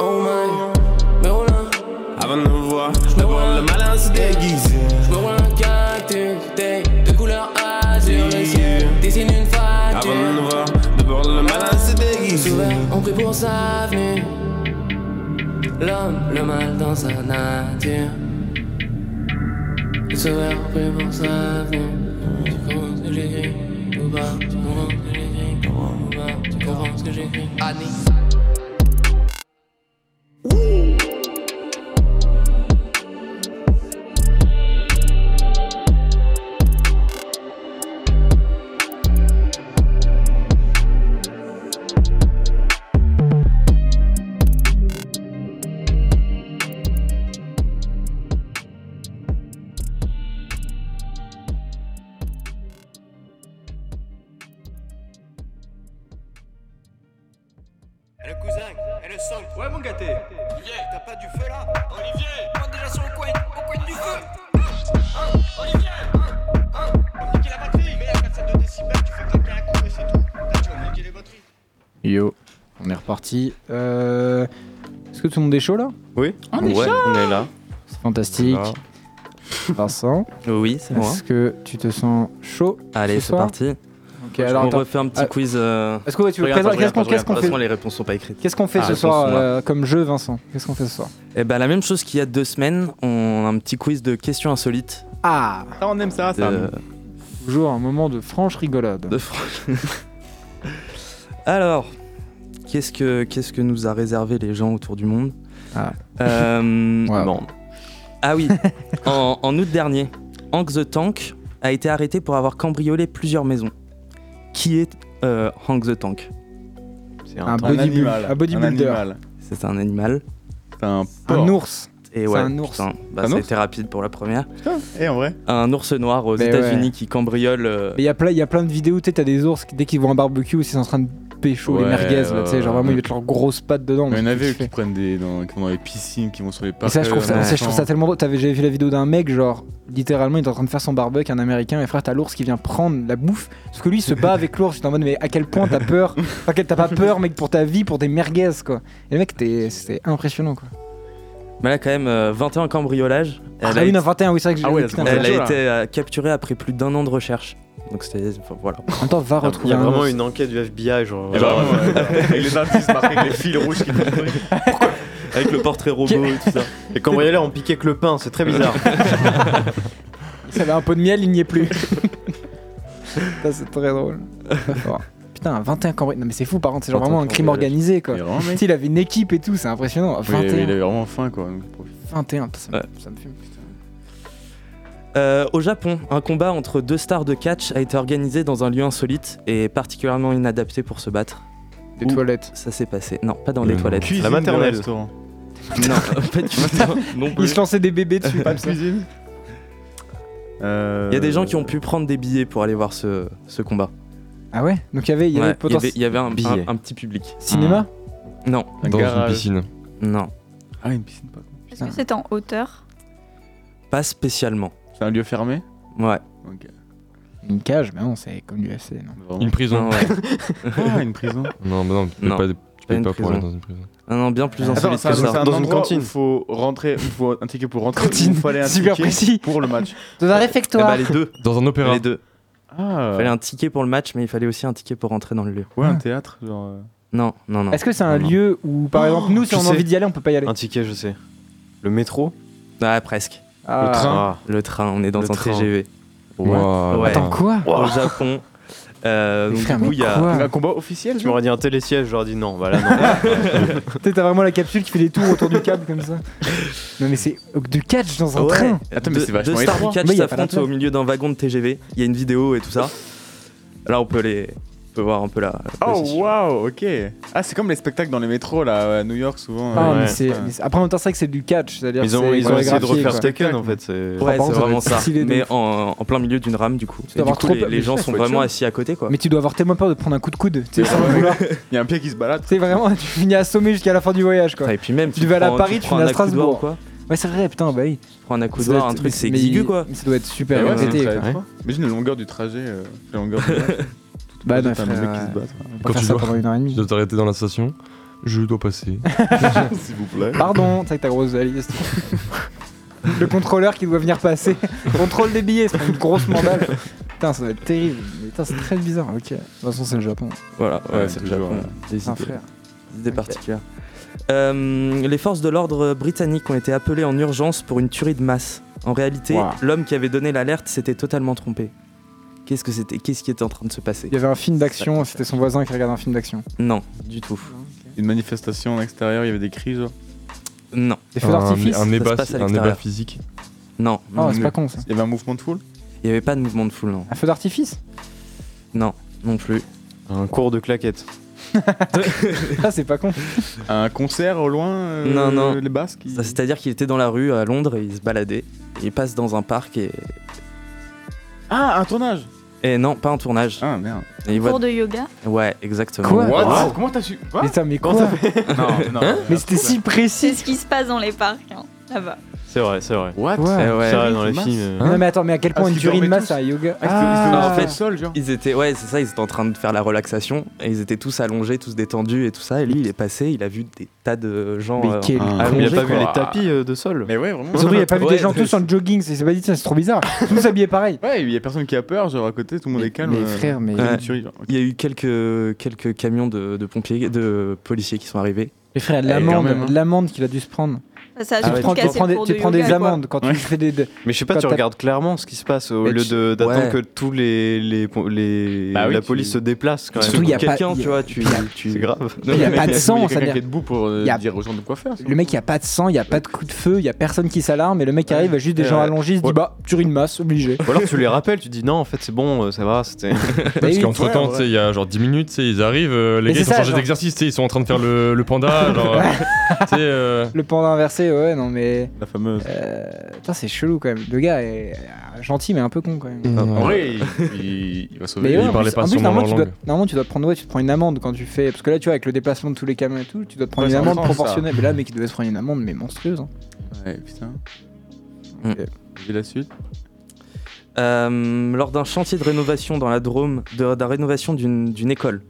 oh my, me roule un Avant de nous voir, d'abord le malin se déguise. Je me roule un cactus, tête de couleur azur, le ciel dessine une facture. Avant de nous voir, d'abord le malin se déguise. On prie pour sa venue. L'homme, le mal dans sa nature. Le sauveur, on prie pour sa venue. Tu comprends ce que j'écris ou pas Tu comprends ce que j'écris ou pas Tu comprends ce que j'écris Annie. Le cousin, et le sang. Ouais, mon gâté. Olivier, t'as pas du feu là Olivier Prends déjà sur le coin, au coin du feu Hein, Olivier Hein, hein On nique la batterie Mais la 4,7 de décibels, tu fais claquer un coup et c'est tout. Là, tu vas niquer les batteries. Yo, on est reparti. Euh, Est-ce que tout le monde est chaud là Oui. On est Ouais, chaud on est là. C'est fantastique. Là. Vincent Oh Oui, c'est moi. Est-ce que tu te sens chaud Allez, ce c'est soir parti. Ok, alors on attends. refait un petit Ah, quiz. euh, Est-ce que ouais, tu veux je regarde pas, je présenter- qu'est-ce regarde pas, qu'on- je qu'est-ce qu'on regarde pas. De toute fait façon, les réponses sont pas écrites. Qu'est-ce qu'on fait Ah, ce les soir réponses sont là. euh, comme jeu, Vincent Qu'est-ce qu'on fait ce soir Eh ben, la même chose qu'il y a deux semaines, on a un petit quiz de questions insolites. Ah On aime ça, ça. de- Toujours un moment de franche rigolade. De franche. Alors, qu'est-ce que, qu'est-ce que nous a réservé les gens autour du monde Ah. Euh, bon. Ah oui, en, en août dernier, Hank the Tank a été arrêté pour avoir cambriolé plusieurs maisons. Qui est euh, Hank the Tank C'est Un tank. bodybuild- animal, un bodybuilder. un animal. C'est un animal. C'est un porc. ours. Et C'est ouais, un ours. putain, bah, Un ça a ours été rapide pour la première. Et en vrai Un ours noir aux Mais États-Unis ouais. qui cambriole. euh, Mais il y a plein- il y a plein de vidéos, tu sais, t'as des ours qui, dès qu'ils voient un barbecue, ils sont en train de pécho les Ouais, merguez, là, tu sais, ouais, genre vraiment ouais. ils mettent leurs grosses pattes dedans. Il y en mais avait tu te qui prennent des dans, qui vont dans les piscines, qui vont sur les Et parcs. euh, ça, je trouve ça, ça, je trouve ça tellement drôle. T'avais j'avais vu la vidéo d'un mec, genre, littéralement, il est en train de faire son barbecue, un américain, et frère, t'as l'ours qui vient prendre la bouffe. Parce que lui, il se bat avec l'ours. J'étais en mode, mais à quel point t'as peur Enfin, quel- t'as pas peur, mec, pour ta vie, pour tes merguez, quoi. Et le mec, t'es- c'était impressionnant, quoi. Mais là, quand même, euh, 21 cambriolages. Ah, oui, non, 21, oui, c'est vrai que j'ai- Ah ouais, putain, Elle c'est chaud, a là. été euh, capturée après plus d'un an de recherche. Donc c'était. enfin, voilà. En même temps, va Il retrouver y a un vraiment ours. une enquête du FBI, genre. euh, Et bah, ouais. Avec les indices marqués avec les fils rouges qui Avec le portrait robot et tout ça. Les cambrioleurs ont piqué que le pain, c'est très bizarre. Ça avait un pot de miel, il n'y est plus. ça, c'est très drôle. Très fort. Putain, 21 cambriolages. Non, mais c'est fou, par contre, c'est genre 21 vraiment un crime cambriolages. organisé, quoi. Il est vraiment, Tu mec. sais, Il avait une équipe et tout, c'est impressionnant. Oui, 21. il avait vraiment faim quoi. donc, pour- 21, putain, ça me- Ouais. ça me fume. Euh, au Japon, un combat entre deux stars de catch a été organisé dans un lieu insolite et particulièrement inadapté pour se battre. Des toilettes. Ça s'est passé. Non, pas dans les Euh, toilettes. cuisine La maternelle. de restaurant. Non, pas du tout. Non Il plus. se lançait des bébés dessus. Pas comme de ça. Euh, Il y a des gens qui ont pu prendre des billets pour aller voir ce, ce combat. Ah ouais Donc il y avait, il y avait Ouais, potentiel- il y avait un, Billet. un- un petit public. Cinéma Non. Un Dans une garage. piscine. Non. Ah, une piscine, pas Est-ce que c'est en hauteur Pas spécialement. C'est un lieu fermé Ouais. Ok. Une cage, mais non, c'est comme l'UFC, non Une prison. Ah, une prison. Non, bah non, tu peux Non. pas, tu peux Pas une pas courir prison. dans une prison. Non, non, bien plus Attends, insolite Ah, c'est un- que c'est un ça. endroit où Il faut rentrer, il faut un ticket pour rentrer. Cantine. Il fallait un Super ticket précis. pour le match. Dans un Eh réfectoire. Dans un opéra. Les deux. Ah. Il ben, fallait un ticket pour le match, mais il fallait aussi un ticket pour rentrer dans le lieu. Ouais, un théâtre. genre, euh, Non, non, non. Est-ce que c'est un Non, non. lieu où, par exemple, nous, si je on a sais. envie d'y aller, on peut pas y aller Un ticket, je sais. Le métro Ah, presque. Ah. train. Le train, on est dans Le un train. TGV. Wow. Ouais. Attends, quoi Au Japon. Euh, donc, du coup, il y a. Ah. un combat officiel Tu m'aurais dit un télésiège, j'aurais dit non. Voilà, non. Tu sais, T'as vraiment la capsule qui fait des tours autour du câble comme ça. Non, mais c'est de catch dans un Ouais. train. Deux- Deux Star étroit. Catch Mais y a pas s'affrontent d'intérêt. au milieu d'un wagon de TGV. Il y a une vidéo et tout ça. Là, on peut les. On peut voir un peu la. Oh waouh, ok. Ah, c'est comme les spectacles dans les métros là, à New York souvent. Ah, euh, mais ouais. c'est- mais c'est- Après, en même temps, c'est vrai que c'est du catch. C'est-à-dire Ils ont- c'est ils ont essayé de chorégraphié, refaire quoi. Tekken, en fait, c'est- Ouais, Par c'est contre, ça doit vraiment être ça. stylé de Mais ouf. en, en plein milieu d'une rame, du coup. dois Et du avoir coup, trop les, peur. les Mais gens ça, sont faut être vraiment sûr. assis à côté, quoi. Mais tu dois avoir tellement peur de prendre un coup de coude. Tu sais, sur le boulevard. Il y a un pied qui se balade. C'est vraiment, tu finis assommé jusqu'à la fin du voyage, quoi. Et puis même, tu tu vas à prends- Paris, tu tu prends finis un à accoudoir Strasbourg. ou quoi Ouais, c'est vrai, putain, bah oui. Prends un Ça doit accoudoir, un être- truc, c'est mais- exigu, quoi. Ça doit être Ouais, super ouais, c'est répété, très quoi. étroit. Imagine la longueur du trajet, euh, la longueur du match. Bah, T'as non, un frère, mec qui se bat. on va Quand faire tu ça dois, pendant une heure et demie. tu dois t'arrêter dans la station, je dois passer. S'il vous plaît. Pardon, c'est avec ta grosse valise. Le contrôleur qui doit venir passer. Contrôle des billets, c'est une grosse mandale. Putain, ça doit être terrible. Mais Putain, c'est très bizarre, ok. De toute façon, c'est le Japon. Voilà, ouais, Ouais, c'est le toujours, Japon. ouais. Des Un idées- frère. des idées particulières. Euh, les forces de l'ordre britanniques ont été appelées en urgence pour une tuerie de masse. En réalité, Wow. l'homme qui avait donné l'alerte s'était totalement trompé. Qu'est-ce que c'était Qu'est-ce qui était en train de se passer Il y avait un film d'action, c'était son voisin qui regardait un film d'action. Non, du tout. Une manifestation en extérieur, il y avait des cris genre. Non. Des feux Un- d'artifice un Ça se ébat, passe à un l'extérieur. ébat physique. Non. Oh, c'est pas con ça. Il y avait un mouvement de foule Il n'y avait pas de mouvement de foule, non. Un feu d'artifice Non, non plus. Un cours de claquettes. Ah, c'est pas con. Un concert au loin euh, Non, non. Les basques ils- Ça, C'est-à-dire qu'il était dans la rue à Londres, et il se baladait, et il passe dans un parc et. Ah, un tournage Et non, pas un tournage. Ah merde. Et il voit- Cours de yoga. Ouais, exactement. Quoi What Comment t'as su Quoi Mais ça, mais quoi Non, Ah, non. Hein Mais c'était si C'est précis. ce qui se passe dans les parcs, hein, là-bas. C'est vrai, c'est vrai. What Ouais. Hein Eh ouais. C'est vrai, dans c'est les masse. films. euh, non, mais attends, mais à quel point Ah, une s'ils tuerie de dormaient masse à yoga Ah, Ah, ils se- ils se- ils se- en au fait- sol, genre. Ils étaient, ouais, c'est ça, ils étaient en train de faire la relaxation et ils étaient tous allongés, tous détendus et tout ça. Et lui, il est passé, il a vu des tas de gens. euh, Mais quel- allongés, Il a pas quoi. vu les tapis euh, de sol. Mais ouais, vraiment. Surtout, il a pas vu Ouais. des gens tous en jogging, il s'est pas dit, tiens, c'est trop bizarre. Tous habillés pareil. Ouais, il y a personne qui a peur, genre à côté, tout le monde est calme. Mais euh, frère, mais. il y a Ouais. une tuerie, genre. Il y a eu quelques, quelques camions de, de pompiers, de policiers qui sont arrivés. Mais frère, même, hein. l'amende, l'amende qu'il a dû se prendre. Ça a Ah Tu surtout prends, tu cassé prends le des, cours tu de prends yoga, des quoi. amendes quand Ouais. tu fais des. des- Mais je sais pas, Quand tu t'as- regardes clairement ce qui se passe au Mais lieu tu- de- d'attendre ouais. que tous les, les, les- Bah oui, la tu- police se déplace quand Surtout, même. il y a pas- Quelqu'un, il y a- tu vois, tu. tu- C'est grave. Il y a pas de sang, Il y a quelqu'un c'est-à-dire- qui est debout pour euh, il y a- dire aux gens de quoi faire. ça. Le mec, il y a pas de sang, il y a pas de coup de feu, il y a personne qui s'alarme, et le mec arrive, il y a juste des Ouais. gens allongés, il se dit Ouais. bah, tu une masse, obligé. Ou alors tu les rappelles, tu dis non, en fait c'est bon, euh, ça va, c'était. Mais Parce Bah oui, qu'entre temps, tu sais, il y a genre 10 minutes, tu sais, ils arrivent, euh, Mais les gars, c'est ils sont ça, changés genre. d'exercice, tu sais, ils sont en train de faire le, le panda, genre. euh, tu sais, euh, Le panda inversé, ouais, non mais. La fameuse. euh, Putain, c'est chelou quand même. Le gars est euh, gentil, mais un peu con quand même. En ouais. vrai, il- il il va sauver. Mais ouais, il en parlait plus- pas en plus, sûrement normalement, leur tu dois, langue. normalement, tu dois te prendre, ouais, tu te prends une amende quand tu fais. Parce que là, tu vois, avec le déplacement de tous les camions et tout, tu dois te prendre Ouais, une c'est en amende France, ça. proportionnelle. Mais là, le mec, il devait se prendre une amende, mais monstrueuse. hein. Ouais, putain. Mm. Ok. Et la suite Euh, lors d'un chantier de rénovation dans la Drôme, de, de la rénovation d'une d'une école,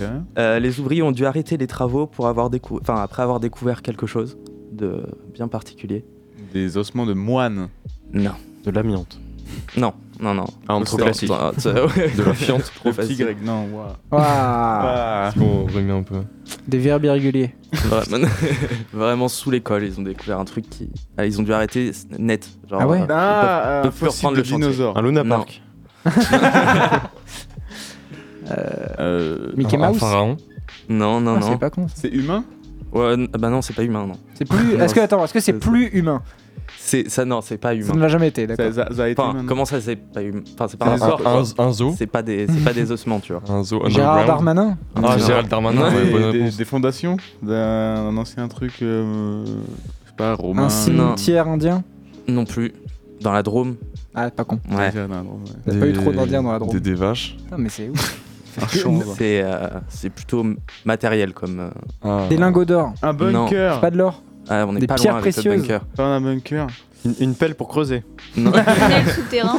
Ok. euh, les ouvriers ont dû arrêter les travaux pour avoir décou- enfin, après avoir découvert quelque chose de bien particulier. Des ossements de moines. Non, De l'amiante. non, non, non. Ah, on trouve Dans- classique. dans- de la fiente, Le trop petit facile. grec, non, waouh. Ouah, Ah. Bon, remet un peu. Des verbes irréguliers. Vraiment, vraiment sous l'école, ils ont découvert un truc qui. Ah, ils ont dû arrêter net. Genre, Ah ouais euh, ils Ah, peuvent un plus fossile reprendre de le chantier. dinosaure. Un Luna Non. Park. Euh, Mickey Un- Mouse Un pharaon. Non, non, Ah, non. C'est pas con. ça. C'est humain Ouais, n- ah bah non, c'est pas humain, non. C'est plus. Non, Est-ce que attends, est-ce que c'est c'est- plus humain C'est ça, non, c'est pas Ça ne humain. l'a jamais été, ça, d'accord. ça- ça a été Enfin, humain. comment ça, c'est pas humain Enfin, c'est pas C'est un des corps. sortes- Un, un zoo. C'est pas des, c'est pas des ossements, tu vois. Un zoo Gérard underground. Darmanin Ah, Ah, non. Gérald Darmanin, Des- ouais, bonne des, réponse. des fondations d'un un ancien truc, euh, je sais pas, romain. euh, Un cimetière indien Non plus. Dans la Drôme. Ah, pas con. Ouais. Déjà, non, non, ouais. T'as pas eu trop d'Indiens dans la Drôme. Des, des vaches. Putain, mais c'est ouf. Un champ, genre. C'est euh, c'est plutôt m- matériel comme. euh, Ah. Des lingots d'or, Un bunker pas de l'or. ah, on Des n'est pas pierres loin avec le précieuses. bunker. Pas un bunker Une, une pelle pour creuser. Non, Tunnel souterrain.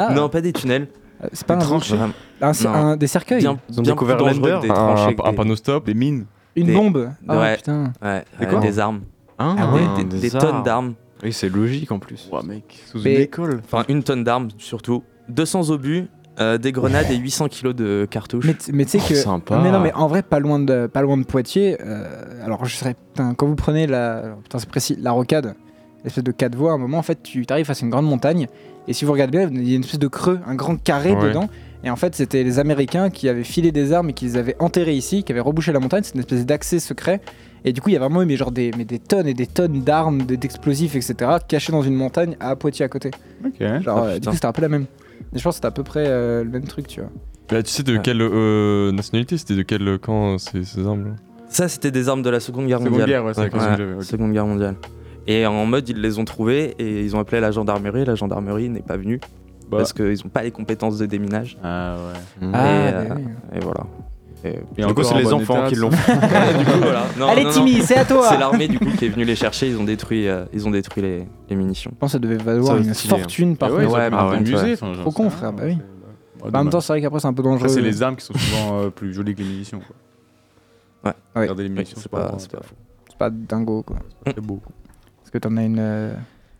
Ah, non, pas des tunnels. Euh, C'est pas un tranchées. rocher Un- c'est Non. un- Des cercueils Bien- Ils ont bien découvert plus dangereux Ah, l'Ender. que des tranchées que des- stop. Des mines. Une Des- bombe Ah ouais. putain Ouais, Des euh, quoi des armes. Ah, des, des- des armes. tonnes d'armes. Oui, c'est logique en plus. Ouais, mec. Sous Mais- école. Enfin, une tonne d'armes surtout. 200 obus, euh, des grenades et 800 kilos de cartouches. Mais, t- mais tu sais que. Mais non, mais en vrai, pas loin de, pas loin de Poitiers. euh, alors, je serais. putain, quand vous prenez la. alors, Putain, c'est précis, la rocade, l'espèce de quatre voies, à un moment, en fait, tu arrives face à une grande montagne. Et si vous regardez bien, il y a une espèce de creux, un grand carré Ouais. dedans. Et en fait, c'était les Américains qui avaient filé des armes et qui les avaient enterrées ici, qui avaient rebouché la montagne. C'est une espèce d'accès secret. Et du coup, il y a vraiment eu mais genre des, mais des tonnes et des tonnes d'armes, de- d'explosifs, etc., cachés dans une montagne à Poitiers à côté. Ok. Genre, Ah, euh, du putain. coup, c'était un peu la même. Et je pense que c'était à peu près euh, le même truc, tu vois. Bah, tu sais de quelle euh, nationalité c'était de quel euh, camp euh, ces, ces armes là Ça, c'était des armes de la Seconde Guerre Seconde mondiale. Guerre, ouais, c'est la question que j'avais, ok. Seconde Guerre mondiale. Et en mode, ils les ont trouvés et ils ont appelé la gendarmerie. La gendarmerie n'est pas venue Bah. parce qu'ils n'ont pas les compétences de déminage. Ah ouais. Et, Ah, euh, bah oui. et voilà. Et encore en bon état, ça. Ouais, du coup, voilà. Non, Allez, non, non. Timmy, c'est à toi. C'est l'armée du coup qui est venue les chercher. Ils ont détruit, euh, ils ont détruit les, les munitions. Je pense que ça devait valoir Ça, une stylé, hein. fortune par Ah ouais, contre. ils auraient pu ouais. le musée, bah, enfin, hein, j'en Trop con, sais frère, bah oui. Ouais, Bah, en même dommage. temps, c'est vrai qu'après, c'est un peu dangereux. Ça, c'est les armes qui sont souvent euh, plus jolies que les munitions. Quoi. Ouais. Regardez les munitions, c'est pas, c'est pas fou. C'est pas dingo, quoi. C'est beau. Est-ce que t'en as une. euh,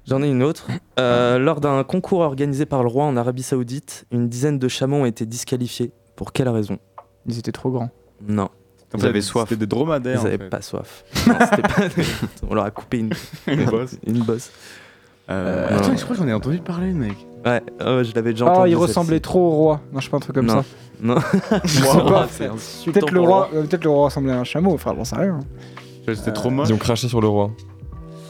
J'en ai une autre. Euh, lors d'un concours organisé par le roi en Arabie Saoudite, une dizaine de chameaux ont été disqualifiés. Pour quelle raison Ils étaient trop grands. Non. Ils avaient soif. C'était des dromadaires. Ils en avaient fait. pas soif. Non, c'était pas des- On leur a coupé une, Une bosse. Une bosse. Euh, non. Attends, je crois que j'en ai entendu parler, mec. Ouais, euh, je l'avais déjà Oh, entendu. il celle-ci. ressemblait trop au roi. Non, je sais pas un truc comme Non. ça. Non. Je sais Moi, pas. c'est insultant Peut-être le, pour le roi... euh, peut-être le roi ressemblait à un chameau, frère, j'en sais rien. C'était trop moche. Ils ont craché sur le roi.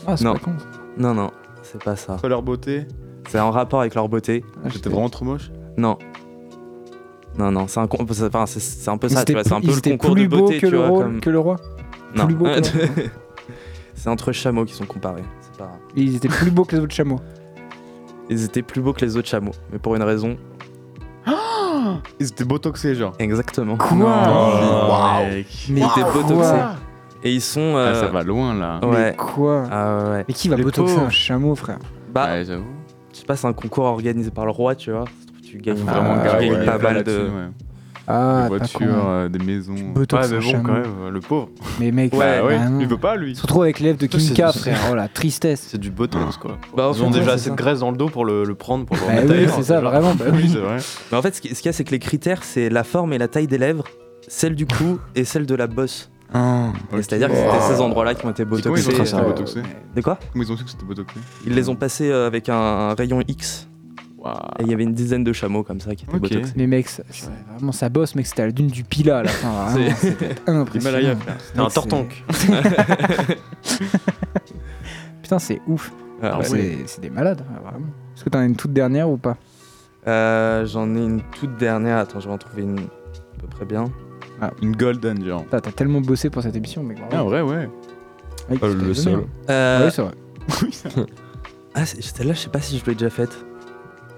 Ah, c'est Non. pas con. Non, non, c'est pas ça. Entre leur beauté. C'est en rapport avec leur beauté. C'était vraiment trop moche. Non. Non, non, c'est un, con- c'est- enfin, c'est- c'est un peu Ils ça, tu étaient vois. C'est un plus- peu ils le étaient concours plus de beaux beauté, que tu le vois. roi- comme- que le roi Non. Plus beaux que le roi c'est entre chameaux qui sont comparés. c'est pas- Ils étaient plus beaux que les autres chameaux. Ils étaient plus beaux que les autres chameaux, mais pour une raison. Ils étaient botoxés, genre. Exactement. Quoi Oh. Non. Waouh. Ils étaient Waouh. botoxés. Quoi Et ils sont. euh, Ah, ça va loin, là. Ouais. Mais quoi Ah ouais. Mais qui va Les botoxer pauvres. un chameau, frère Bah, Ouais, j'avoue. je sais pas, c'est un concours organisé par le roi, tu vois. Ça se trouve, Tu gagnes Ah, vraiment ouais, tu gagnes ouais, pas ouais, mal là-dessus, de. ouais. Ah, Des pas con. voitures, euh, des maisons. Botox ouais, mais un bon, chameau. quand même, euh, le pauvre. Mais mec, Ouais, bah, ouais, vraiment. il veut pas, lui. Il se retrouve avec l'élève de Ça, c'est- Kim K, c'est- frère. Oh la tristesse. C'est du botox, quoi. Bah, au Ils ont fond, déjà c'est assez ça. de graisse dans le dos pour le, le prendre, pour le Bah remettre oui, ailleurs, c'est ça, déjà. vraiment, bah oui. c'est vrai. Mais en fait, ce qui- ce qu'il y a, c'est que les critères, c'est la forme et la taille des lèvres, celle du cou et celle de la bosse. Et C'est-à-dire que c'était ces endroits-là qui ont été Comment ils ont botoxés. su que c'était euh, botoxé De quoi Comment ils ont su que c'était botoxé Ils les ont passés euh, avec un, un rayon X. Et il y avait une dizaine de chameaux comme ça qui étaient Ok. botoxés. Mais mec, ça- ça- vraiment ça bosse, mec, c'était à la dune du Pila à la fin. vraiment, C'est- C'était impressionnant. L'Himalaya, frère. C'était un Mec, c'est- tortonque. Putain, c'est ouf. Ah ouais. c'est c'est des malades, hein, vraiment. Est-ce que t'en as une toute dernière ou pas Euh, J'en ai une toute dernière. Attends, je vais en trouver une à peu près bien. Une golden, genre. Putain, T'as tellement bossé pour cette émission, mec. Ah, vraiment. ouais, ouais. Mec, Euh, je t'ai le donné, seul. hein. Euh, Ouais, c'est vrai. Ah, c'est- celle-là, je sais pas si je l'ai déjà faite.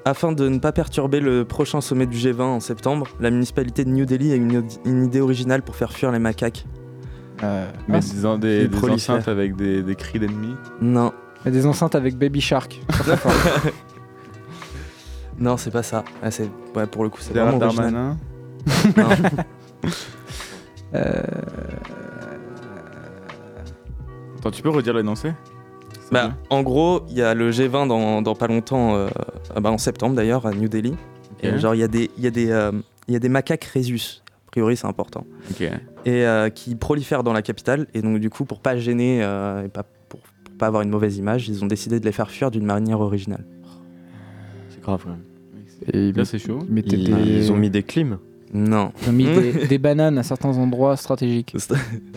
Afin de ne pas perturber le prochain sommet du G20 en septembre, la municipalité de New Delhi a une, une idée originale pour faire fuir les macaques. Mais Ah, disant des, ils des prolifèrent. enceintes avec des, des cris d'ennemis. Non, Il y a des enceintes avec Baby Shark. Très fort. non, c'est pas ça. Ah, c'est ouais, pour le coup, c'est Gérard vraiment original. Darmanin. Euh, Attends, tu peux redire l'énoncé Bah, en gros, il y a le G20 dans, dans pas longtemps, euh, ah bah, en septembre d'ailleurs, à New Delhi. Et Ok. genre, il y a des, il y a des, euh, il y a des macaques rhesus. A priori, c'est important. Ok. et euh, qui prolifèrent dans la capitale. Et donc, du coup, pour pas gêner euh, et pas, pour, pour pas avoir une mauvaise image, ils ont décidé de les faire fuir d'une manière originale. C'est grave, quand même. Et là, c'est chaud. ils mettaient Ils, des- ils ont mis des clims. Non, Ils ont mis des, des bananes à certains endroits stratégiques.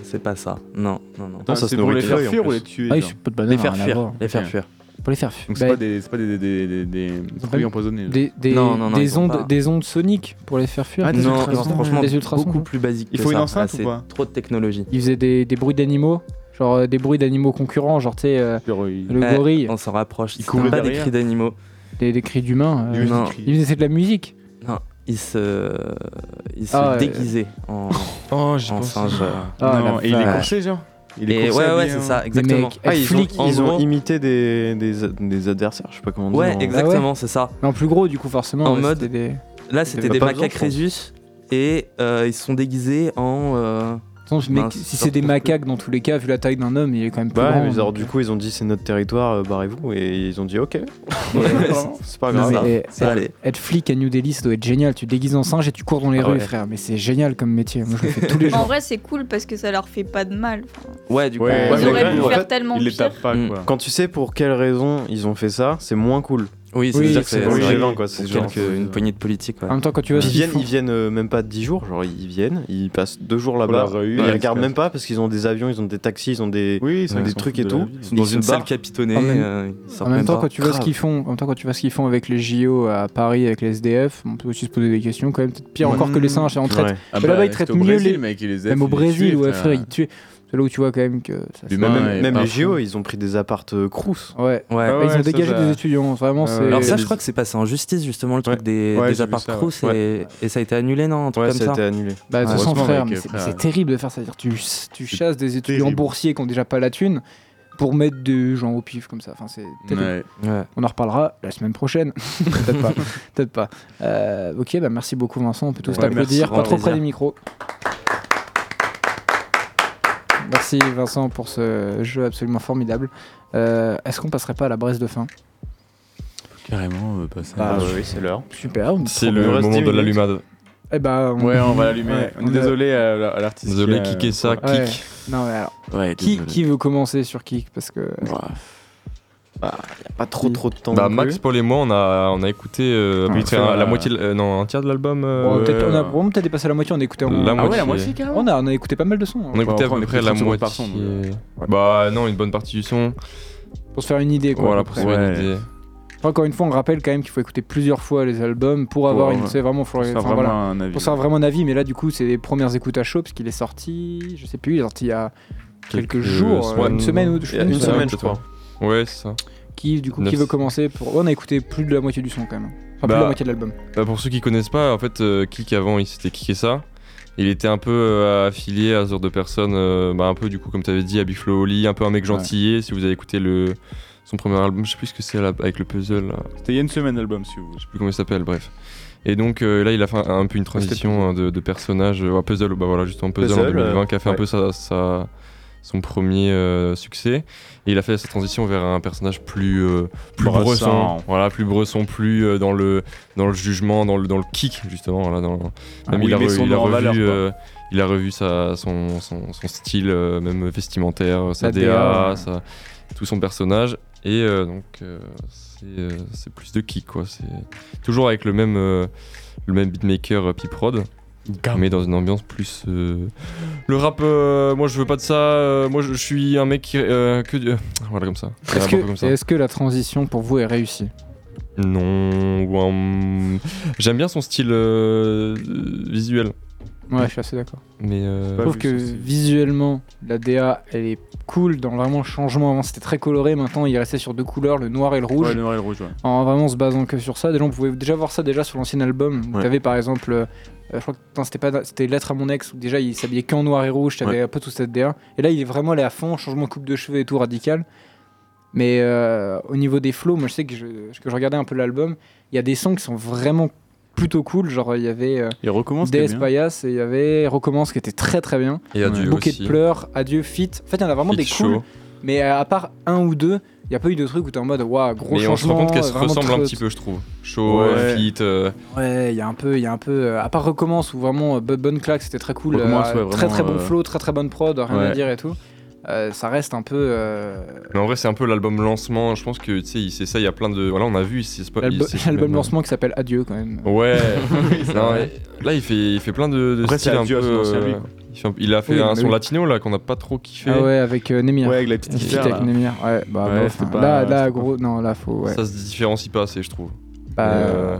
c'est pas ça. Non, non, non. Attends, ça se c'est pour nourrit les de faire feuilles, en fuir ou plus. les tuer Ah, ils genre sont pas de bananes. les faire rien à fuir. voir. Les faire Ok. fuir. Pour les faire fuir. Donc, Bah, c'est pas des, c'est pas des, des, des, des, des ont fruits pas- empoisonnés. genre. Des, des, Non, non, non, des ils ont pas. ondes, des ondes soniques pour les faire fuir. Ah, des des non, ultrasons, non, franchement, des ultrasons. beaucoup plus basique. Il que faut une ça. enceinte Ah, ou c'est pas Trop de technologie. Ils faisaient des, des bruits d'animaux, genre euh, des bruits d'animaux concurrents, genre tu sais, euh, Genre, ils- le Eh, gorille, On s'en rapproche. Ils courent pas des derrière. cris d'animaux. des, des cris d'humains. euh, ils- non. ils- ils faisaient de la musique. Non, ils se, ils se Ah, ouais. déguisaient en, Oh, j'ai en pensé. singe. euh. Ah, Non, la et il est vache. coursé, genre Il Et est coursé ouais, ouais, habillé, c'est hein. ça, exactement. mecs, Ah, ils ont, flics, en ils ont Ah gros- imité des, des, des adversaires, je sais pas comment dire. hein. Ouais, en- exactement, c'est ça. Mais en plus gros, du coup, forcément. En ouais, mode- c'était des- Là, c'était des macaques macaques Rhesus et euh, ils se sont déguisés en. euh, mince, si c'est des sorte- macaques, dans tous les cas, vu la taille d'un homme, il est quand même plus Bah ouais, grand, hein. mais alors donc, du coup ils ont dit c'est notre territoire, euh, barrez-vous et ils ont dit ok. c'est pas Non, grave. mais, eh, eh, être flic à New Delhi, ça doit être génial. Tu te déguises en singe et tu cours dans les Ah rues, ouais. frère. Mais c'est génial comme métier. Moi, je le fais tous les Mais En jours. vrai, c'est cool parce que ça leur fait pas de mal. Enfin, Ouais, du euh, coup, ils mais auraient quand pu même, faire en fait, tellement pire. Mm. Quand tu sais pour quelles raisons ils ont fait ça, c'est moins cool. Oui, c'est Oui, dire que c'est c'est c'est gênant, vrai. quoi, c'est Pour euh, genre quelques- que- une poignée de politique. ouais. En même temps, quand tu vois ce ils qu'ils viennent, font- ils viennent euh, même pas 10 jours, genre ils viennent, ils passent deux jours là-bas, la rue, ils ouais, regardent c'est même pas parce qu'ils ont des avions, ils ont des taxis, ils ont des, ça, ils des s'en trucs foutent et de la tout. ville. Ils sont dans se une salle barrent. capitonnée, En même- euh, ils sortent en même temps, pas. quand tu vois ce qu'ils font, en même temps, quand tu vois ce qu'ils font avec les JO à Paris, avec les SDF, on peut aussi se poser des questions quand même. Peut-être pire Ouais. encore que les Mmh. singes. On traite. Ouais. Ah mais bah, là-bas, ils c'était traitent au mieux Brésil, les. mec, ils les a- même au ils les Brésil, tuaient, ouais, frère. frère, ils tuaient. C'est là où tu vois quand même que. Ça, Mais même, même les JO, ils ont pris des appartes euh, crous. Ouais. Ah ouais, ils ont dégagé des étudiants. Vraiment, c'est. Alors ça, je crois que c'est passé en justice justement le truc des, Ouais, des j'ai vu apparts ça, ouais. crous et, Ouais. et ça a été annulé non un truc Ouais, comme ça ça. a été annulé. Bah, de toute façon, Heureusement, frère, mec, mais c'est mais frère. c'est terrible de faire ça. C'est-à-dire, tu, tu chasses des étudiants boursiers qui ont déjà pas la thune pour mettre des gens au pif comme ça. Enfin, c'est terrible. Ouais. Ouais. On en reparlera la semaine prochaine. Peut-être pas. Peut-être pas. Euh, ok, bah merci beaucoup, Vincent. On peut tous Ouais, merci, t'applaudir. grand Pas trop près plaisir. des micros. Merci, Vincent, pour ce jeu absolument formidable. Euh, Est-ce qu'on passerait pas à la Bresse de fin Carrément, euh, pas ça. Bah, oui, c'est l'heure. Super. on- C'est on le reste moment 10 de minutes. l'allumade. Eh bah, Ouais, on va l'allumer. Ouais, On est a- désolé à la- à l'artiste. Désolé, qui a- kicker ça, Ouais. kick. Non, mais alors. Ouais, qui, désolé. qui veut commencer sur kick Parce que. Bah, y a pas trop trop de temps. Bah, non Max, plus. Paul et moi, on a, on a écouté euh, à peu Ah, près on fait la la- moitié, de- euh, non, un tiers de l'album. euh, On a peut-être- on a euh, on a peut-être dépassé la moitié, on écoutait en... La Ah ouais, moitié. la moitié, carrément. on, a, on a écouté pas mal de sons. hein. on a écouté à peu près la moitié. Bah, non, une bonne partie du son. Pour se faire une idée quoi. Voilà, à peu pour se près. faire une idée. Enfin, Encore une fois, on rappelle quand même qu'il faut écouter plusieurs fois les albums pour avoir avoir- une. C'est vraiment. pour se faire enfin, vraiment voilà. un avis. Pour se faire vraiment un avis, mais là du coup, c'est les premières écoutes à chaud parce qu'il est sorti, je sais plus, il est sorti il y a quelques, Quelques jours, euh, semaines. une semaine ou Il y a une semaine, je crois. hein. Ouais, c'est ça. Qui du coup Neuf. qui veut commencer pour... On a écouté plus de la moitié du son quand même. Enfin, plus Bah, de la moitié de l'album. bah, pour ceux qui connaissent pas, en fait, euh, Kik avant, il s'était kické ça. Il était un peu euh, affilié à ce genre de personnes, euh, bah, un peu du coup, comme t'avais dit, à Big Flo Oli, un peu un mec gentillet. Si vous avez écouté le, son premier album, je sais plus ce que c'est là, avec le puzzle. là. C'était il y a une semaine l'album, si vous voulez. Je sais plus comment il s'appelle, bref. Et donc euh, là, il a fait un, un peu une transition hein, de, de personnage, euh, ouais, puzzle, bah voilà, justement puzzle, en Puzzle, 2020, euh, qui a fait un ouais. peu sa, sa- son premier euh, succès. Et il a fait sa transition vers un personnage plus, euh, plus Brassant. bresson, voilà, plus bresson, plus euh, dans le dans le jugement, dans le dans le kick justement, voilà, dans, même où il, Ah il a, met re- son il a nom en revu, valeur, quoi. euh, il a revu sa, son, son, son style, euh, même vestimentaire, euh, sa La DA, DA, ouais. sa- tout son personnage. Et euh, donc, euh, c'est euh, c'est plus de kick, quoi. C'est toujours avec le même, euh, le même beatmaker euh, Piprod. Mais dans une ambiance plus. euh, Le rap, euh, moi je veux pas de ça. euh, moi je je suis un mec qui. euh, que du- Voilà, comme ça. Est-ce Un peu comme que, ça. est que la transition pour vous est réussie Non. ou un- J'aime bien son style euh, visuel. Ouais, je suis assez d'accord. Mais. euh, Je trouve que visuellement, la DA, elle est cool dans vraiment le changement. Avant, c'était très coloré. Maintenant, il restait sur deux couleurs, le noir et le rouge. Ouais, le noir et le rouge, ouais. En vraiment se basant que sur ça. Déjà, on pouvait déjà voir ça déjà sur l'ancien album. où Ouais. T'avais par exemple, euh, je crois que putain, c'était pas, c'était Lettre à mon ex où déjà il s'habillait qu'en noir et rouge. T'avais Ouais. un peu toute cette DA. Et là, il est vraiment allé à fond, changement de coupe de cheveux et tout radical. Mais euh, au niveau des flows, moi je sais que je, que je regardais un peu l'album, il y a des sons qui sont vraiment plutôt cool. Genre, il y avait euh, Il recommence. qui est DS bien. Payas et il y avait Recommence qui était très très bien. Et Adieu Bouquet aussi. hein. de pleurs, Adieu, Fit. En fait, il y en a vraiment Fit des cool. Show. Mais euh, à part un ou deux, il n'y a pas eu de truc où t'es en mode waouh, gros mais on se changement. rend compte qu'elles se vraiment ressemblent un très- petit peu, je trouve. Chaud, Ouais. fit. euh, Ouais, il y a un peu, il y a un peu. euh, à part recommence où vraiment euh, bo- bonne claque, c'était très cool, Recommence, ouais, très vraiment, très bon euh, flow, très très bonne prod, rien à ouais. dire et tout. Euh, ça reste un peu. euh, Mais en vrai, c'est un peu l'album lancement. Je pense que tu sais, il- c'est ça. Il y a plein de. Voilà, on a vu. il- c'est pas- il- l'album- c'est- L'album même- lancement qui s'appelle Adieu quand même. Ouais. Oui, c'est Non, vrai. mais là, il fait, il fait plein de, de Après, styles c'est un peu. adieu à son ancien euh, lui, quoi. il, fait un- il a fait Oui, un mais son oui. latino là qu'on n'a pas trop kiffé. Ah ouais, avec euh, Nemir. Ouais, avec la petite Fit guitare, avec là. Nemir. Ouais, bah, Ouais, bof, c'était hein. pas- là, là, c'était pas- gros, non, là faut. ouais. Ça se différencie pas assez, je trouve. Bah, Mais, euh,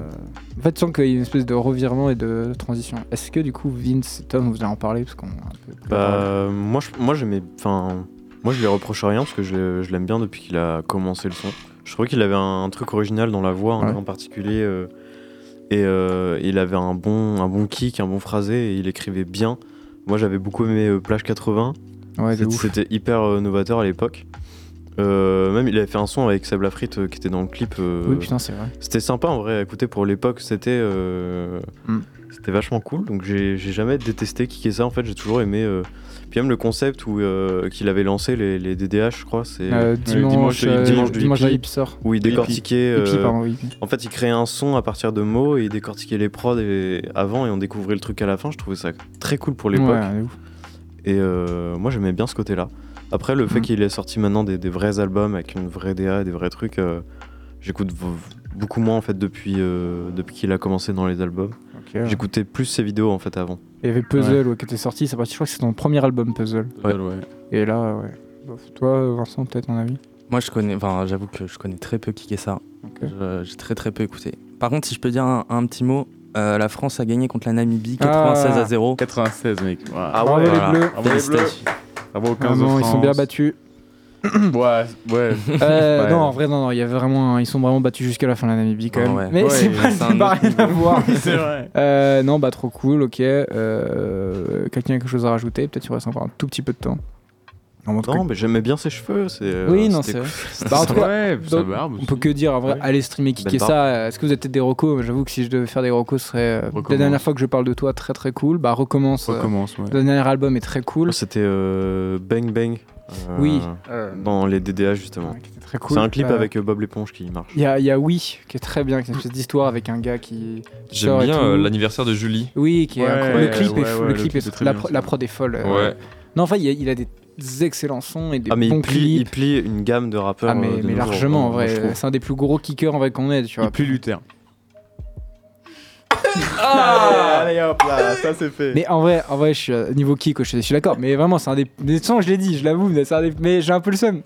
En fait, tu sens qu'il y a une espèce de revirement et de transition. Est-ce que du coup, Vince et Tom, vous allez en parler parce qu'on. a un peu plus Bah, parlé. euh, moi, je, moi, j'aimais, enfin, moi, je lui reproche rien parce que je, je l'aime bien depuis qu'il a commencé le son. Je trouvais qu'il avait un, truc original dans la voix, un Ouais. air en particulier, euh, et euh, il avait un bon, un bon kick, un bon phrasé, et il écrivait bien. Moi, j'avais beaucoup aimé euh, Plage 80. Ouais, de C'était- ouf. C'était hyper euh, novateur à l'époque. Euh, même il avait fait un son avec Sable Afrite euh, qui était dans le clip. euh, Oui, putain, c'est vrai. C'était sympa en vrai à écouter pour l'époque. C'était euh, Mm. c'était vachement cool. Donc j'ai j'ai jamais détesté kicker ça. En fait, j'ai toujours aimé. euh, puis même le concept où euh, qu'il avait lancé les, les DDH, je crois, c'est Euh, dimanche, euh, dimanche à Hipster. Où il Hippie. décortiquait. Hippie, euh, pardon, oui. En fait, il créait un son à partir de mots et il décortiquait les prods et- avant et on découvrait le truc à la fin. Je trouvais ça très cool pour l'époque. Ouais, Mm. de ouf. Et euh, moi j'aimais bien ce côté-là. Après, le fait qu'il ait sorti maintenant des, des vrais albums avec une vraie DA et des vrais trucs, euh, j'écoute v- beaucoup moins en fait depuis, euh, depuis qu'il a commencé dans les albums. Ok, ouais. J'écoutais plus ses vidéos en fait avant. Il y avait Puzzle ouais, qui était sorti, c'est parti, je crois que c'était ton premier album Puzzle. Ouais. Et là, ouais. Bof. Toi, Vincent, peut-être ton avis Moi, je connais, enfin, j'avoue que je connais très peu qui ça. J'ai très très peu écouté. Par contre, si je peux dire un, un petit mot, euh, la France a gagné contre la Namibie Ah. 96 à 0. 96, mec. Ah ouais, les Bleus. Bravo, les Bleus. Bravo aux 15 de Vraiment, ils sont France. bien battus. Ouais, ouais. Euh, Ouais. Non, en vrai, non, non, il y a vraiment, un- ils sont vraiment battus jusqu'à la fin de la Namibie quand Ah même. ouais. Mais Ouais, c'est pas c'est ça un n'a autre rien à niveau. voir. C'est vrai. Euh, non, bah trop cool, ok. Euh, Quelqu'un a quelque chose à rajouter Peut-être il reste encore un tout petit peu de temps. Non, mais j'aimais bien ses cheveux. c'est, euh, oui, non, c'est c'était vrai. cool. Bah, en tout cas, Ouais, donc, sa barbe on peut que dire, en vrai, Ouais. allez streamer Belle kicker barbe. ça. Euh, Est-ce que vous êtes peut-être des recos Mais J'avoue que si je devais faire des recos, ce serait euh, la dernière fois que je parle de toi, très très cool. Bah recommence. euh, Recommence, ouais. Le dernier album est très cool. C'était euh, Bang Bang. euh, Oui, euh, Dans les DDH justement. très cool. C'est un clip Euh, avec euh, Bob l'éponge qui marche. Il y a, il y a Oui qui est très bien, qui est une espèce d'histoire avec un gars qui. qui J'aime sort et bien tout. euh, l'anniversaire de Julie. Oui, qui est Ouais, incroyable. le clip ouais, est fou, ouais, le le clip clip est est fou. très La, bien pro- aussi. la prod est folle. euh, Ouais. Non, enfin, il y a, il a des excellents sons et des Ah mais bons il plie, il clips. plie une gamme de rappeurs. Ah, mais, euh, de mais nos jours, largement en moi, je trouve. vrai. C'est un des plus gros kickers en vrai qu'on ait. Tu vois. plus Luther. Ah Allez hop là, ça c'est fait. Mais en vrai, en vrai, je suis euh, niveau kick, je suis- je suis d'accord. Mais vraiment, c'est un des. des sons, je l'ai dit, je l'avoue, mais, c'est un des- mais j'ai un peu le seum.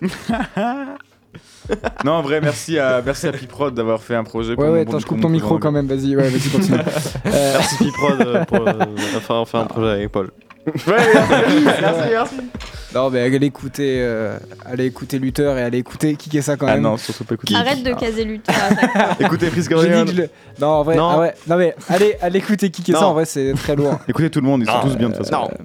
Non, en vrai, merci à, merci à Piprod d'avoir fait un projet pour Ouais, ouais, mon- attends, je pour coupe mon ton micro programme. quand même, vas-y, ouais, vas-y, continue. Euh, Merci Piprod euh, pour euh, enfin, on fait un projet avec Paul. merci, Non, mais allez écouter, euh, allez écouter Luther et allez écouter kicker ça quand Ah même. non, surtout pas écouter. Arrête Ah. de caser Luther. à chaque fois. Écoutez Frisk J'ai dit Orléans. que je le- Non, en vrai, Non. ah ouais, non mais allez, allez écouter kicker ça, Non. en vrai, c'est très lourd. Écoutez tout le monde, ils sont Non, tous bien de toute façon. euh,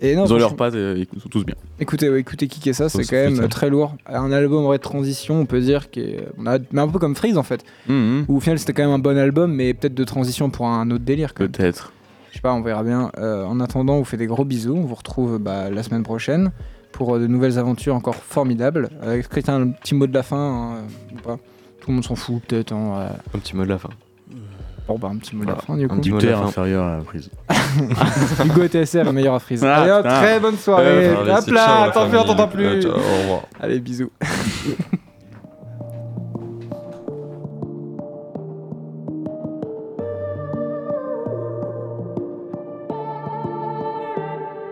Et non, ils ont leurs franchement- pattes, et ils sont tous bien. Écoutez, ouais, écoutez Kick et ça, c'est se quand même fait ça. très lourd. Un album en vrai de transition, on peut dire qu'on a, mais un peu comme Freeze en fait, Hum, où au final c'était quand même un bon album, mais peut-être de transition pour un autre délire. Peut-être. Je sais pas, on verra bien. Euh, en attendant, on vous fait des gros bisous. On vous retrouve bah, la semaine prochaine pour euh, de nouvelles aventures encore formidables. Euh, Est-ce que t'as un petit mot de la fin hein, ou pas Tout le monde s'en fout peut-être. hein, euh. Un petit mot de la fin. Bon bah un petit mot de la Voilà, fin du un coup. petit mot de la fin. inférieur à la prise. Hugo TSR, meilleur à Freeze. Ah, Allez, hop, putain. très bonne soirée. Euh, allez, Hop c'est ciao, là, la t'en plus, on famille. t'entend plus. Euh, ciao, au revoir. Allez, bisous.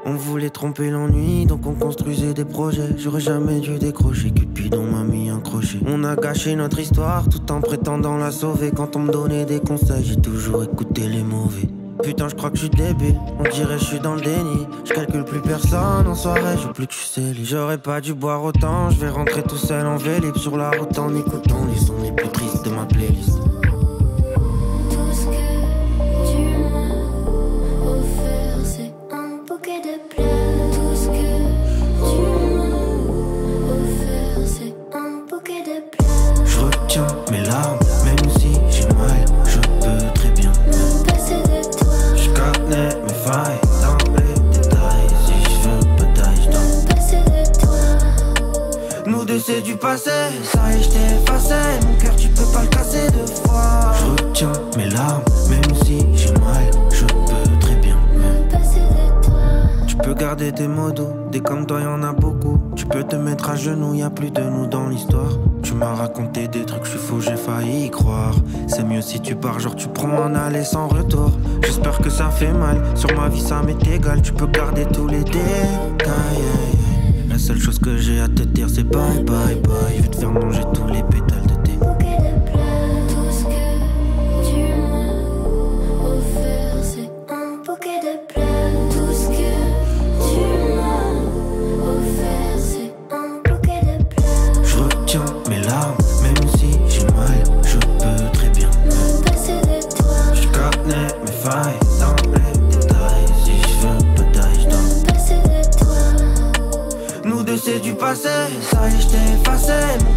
On voulait tromper l'ennui, donc on construisait des projets. J'aurais jamais dû décrocher, Cupidon m'a mis un crochet. On a gâché notre histoire tout en prétendant la sauver. Quand on me donnait des conseils, j'ai toujours écouté les mauvais. Putain, je crois que je suis débile, on dirait je suis dans le déni. Je calcule plus personne en soirée, je veux plus que je suis célib. J'aurais pas dû boire autant, je vais rentrer tout seul en vélib sur la route en écoutant les sons les plus tristes de ma playlist. Tout ce que tu m'as offert, c'est un bouquet de fleurs. Tout ce que tu m'as offert, c'est un bouquet de fleurs. Je retiens mes larmes, même si j'ai mal, je peux très bien. Me passer de toi, Je connais mes failles dans les détails. Si je veux bataille, je dors. me passer de toi. Nous deux, c'est du passé. Ça y est, je t'ai effacé. Mon cœur, tu peux pas le casser deux fois. Je retiens mes larmes, même si j'ai mal. Je peux très bien me passer de toi. Tu peux garder tes mots doux. Des comme toi, y'en a beaucoup. Tu peux te mettre à genoux, y a plus de nous dans l'histoire. Tu m'as raconté des trucs, je suis fou, j'ai failli y croire. C'est mieux si tu pars, genre tu prends un aller sans retour. J'espère que ça fait mal. Sur ma vie, ça m'est égal. Tu peux garder tous les détails. aïe, aïe. La seule chose que j'ai à te dire c'est bye bye bye Je vais te faire manger tous les pétales de tes Bouquet de fleurs, tout ce que tu m'as offert, c'est un bouquet de fleurs. Tout ce que tu m'as offert, c'est un bouquet de fleurs. Je retiens mes larmes Même si j'ai mal Je peux très bien Me passer de toi. Je connais mes failles dans les détails Si je veux bataille je dors Passer de toi, Nous deux c'est du passé Ça y est je t'ai effacé passé,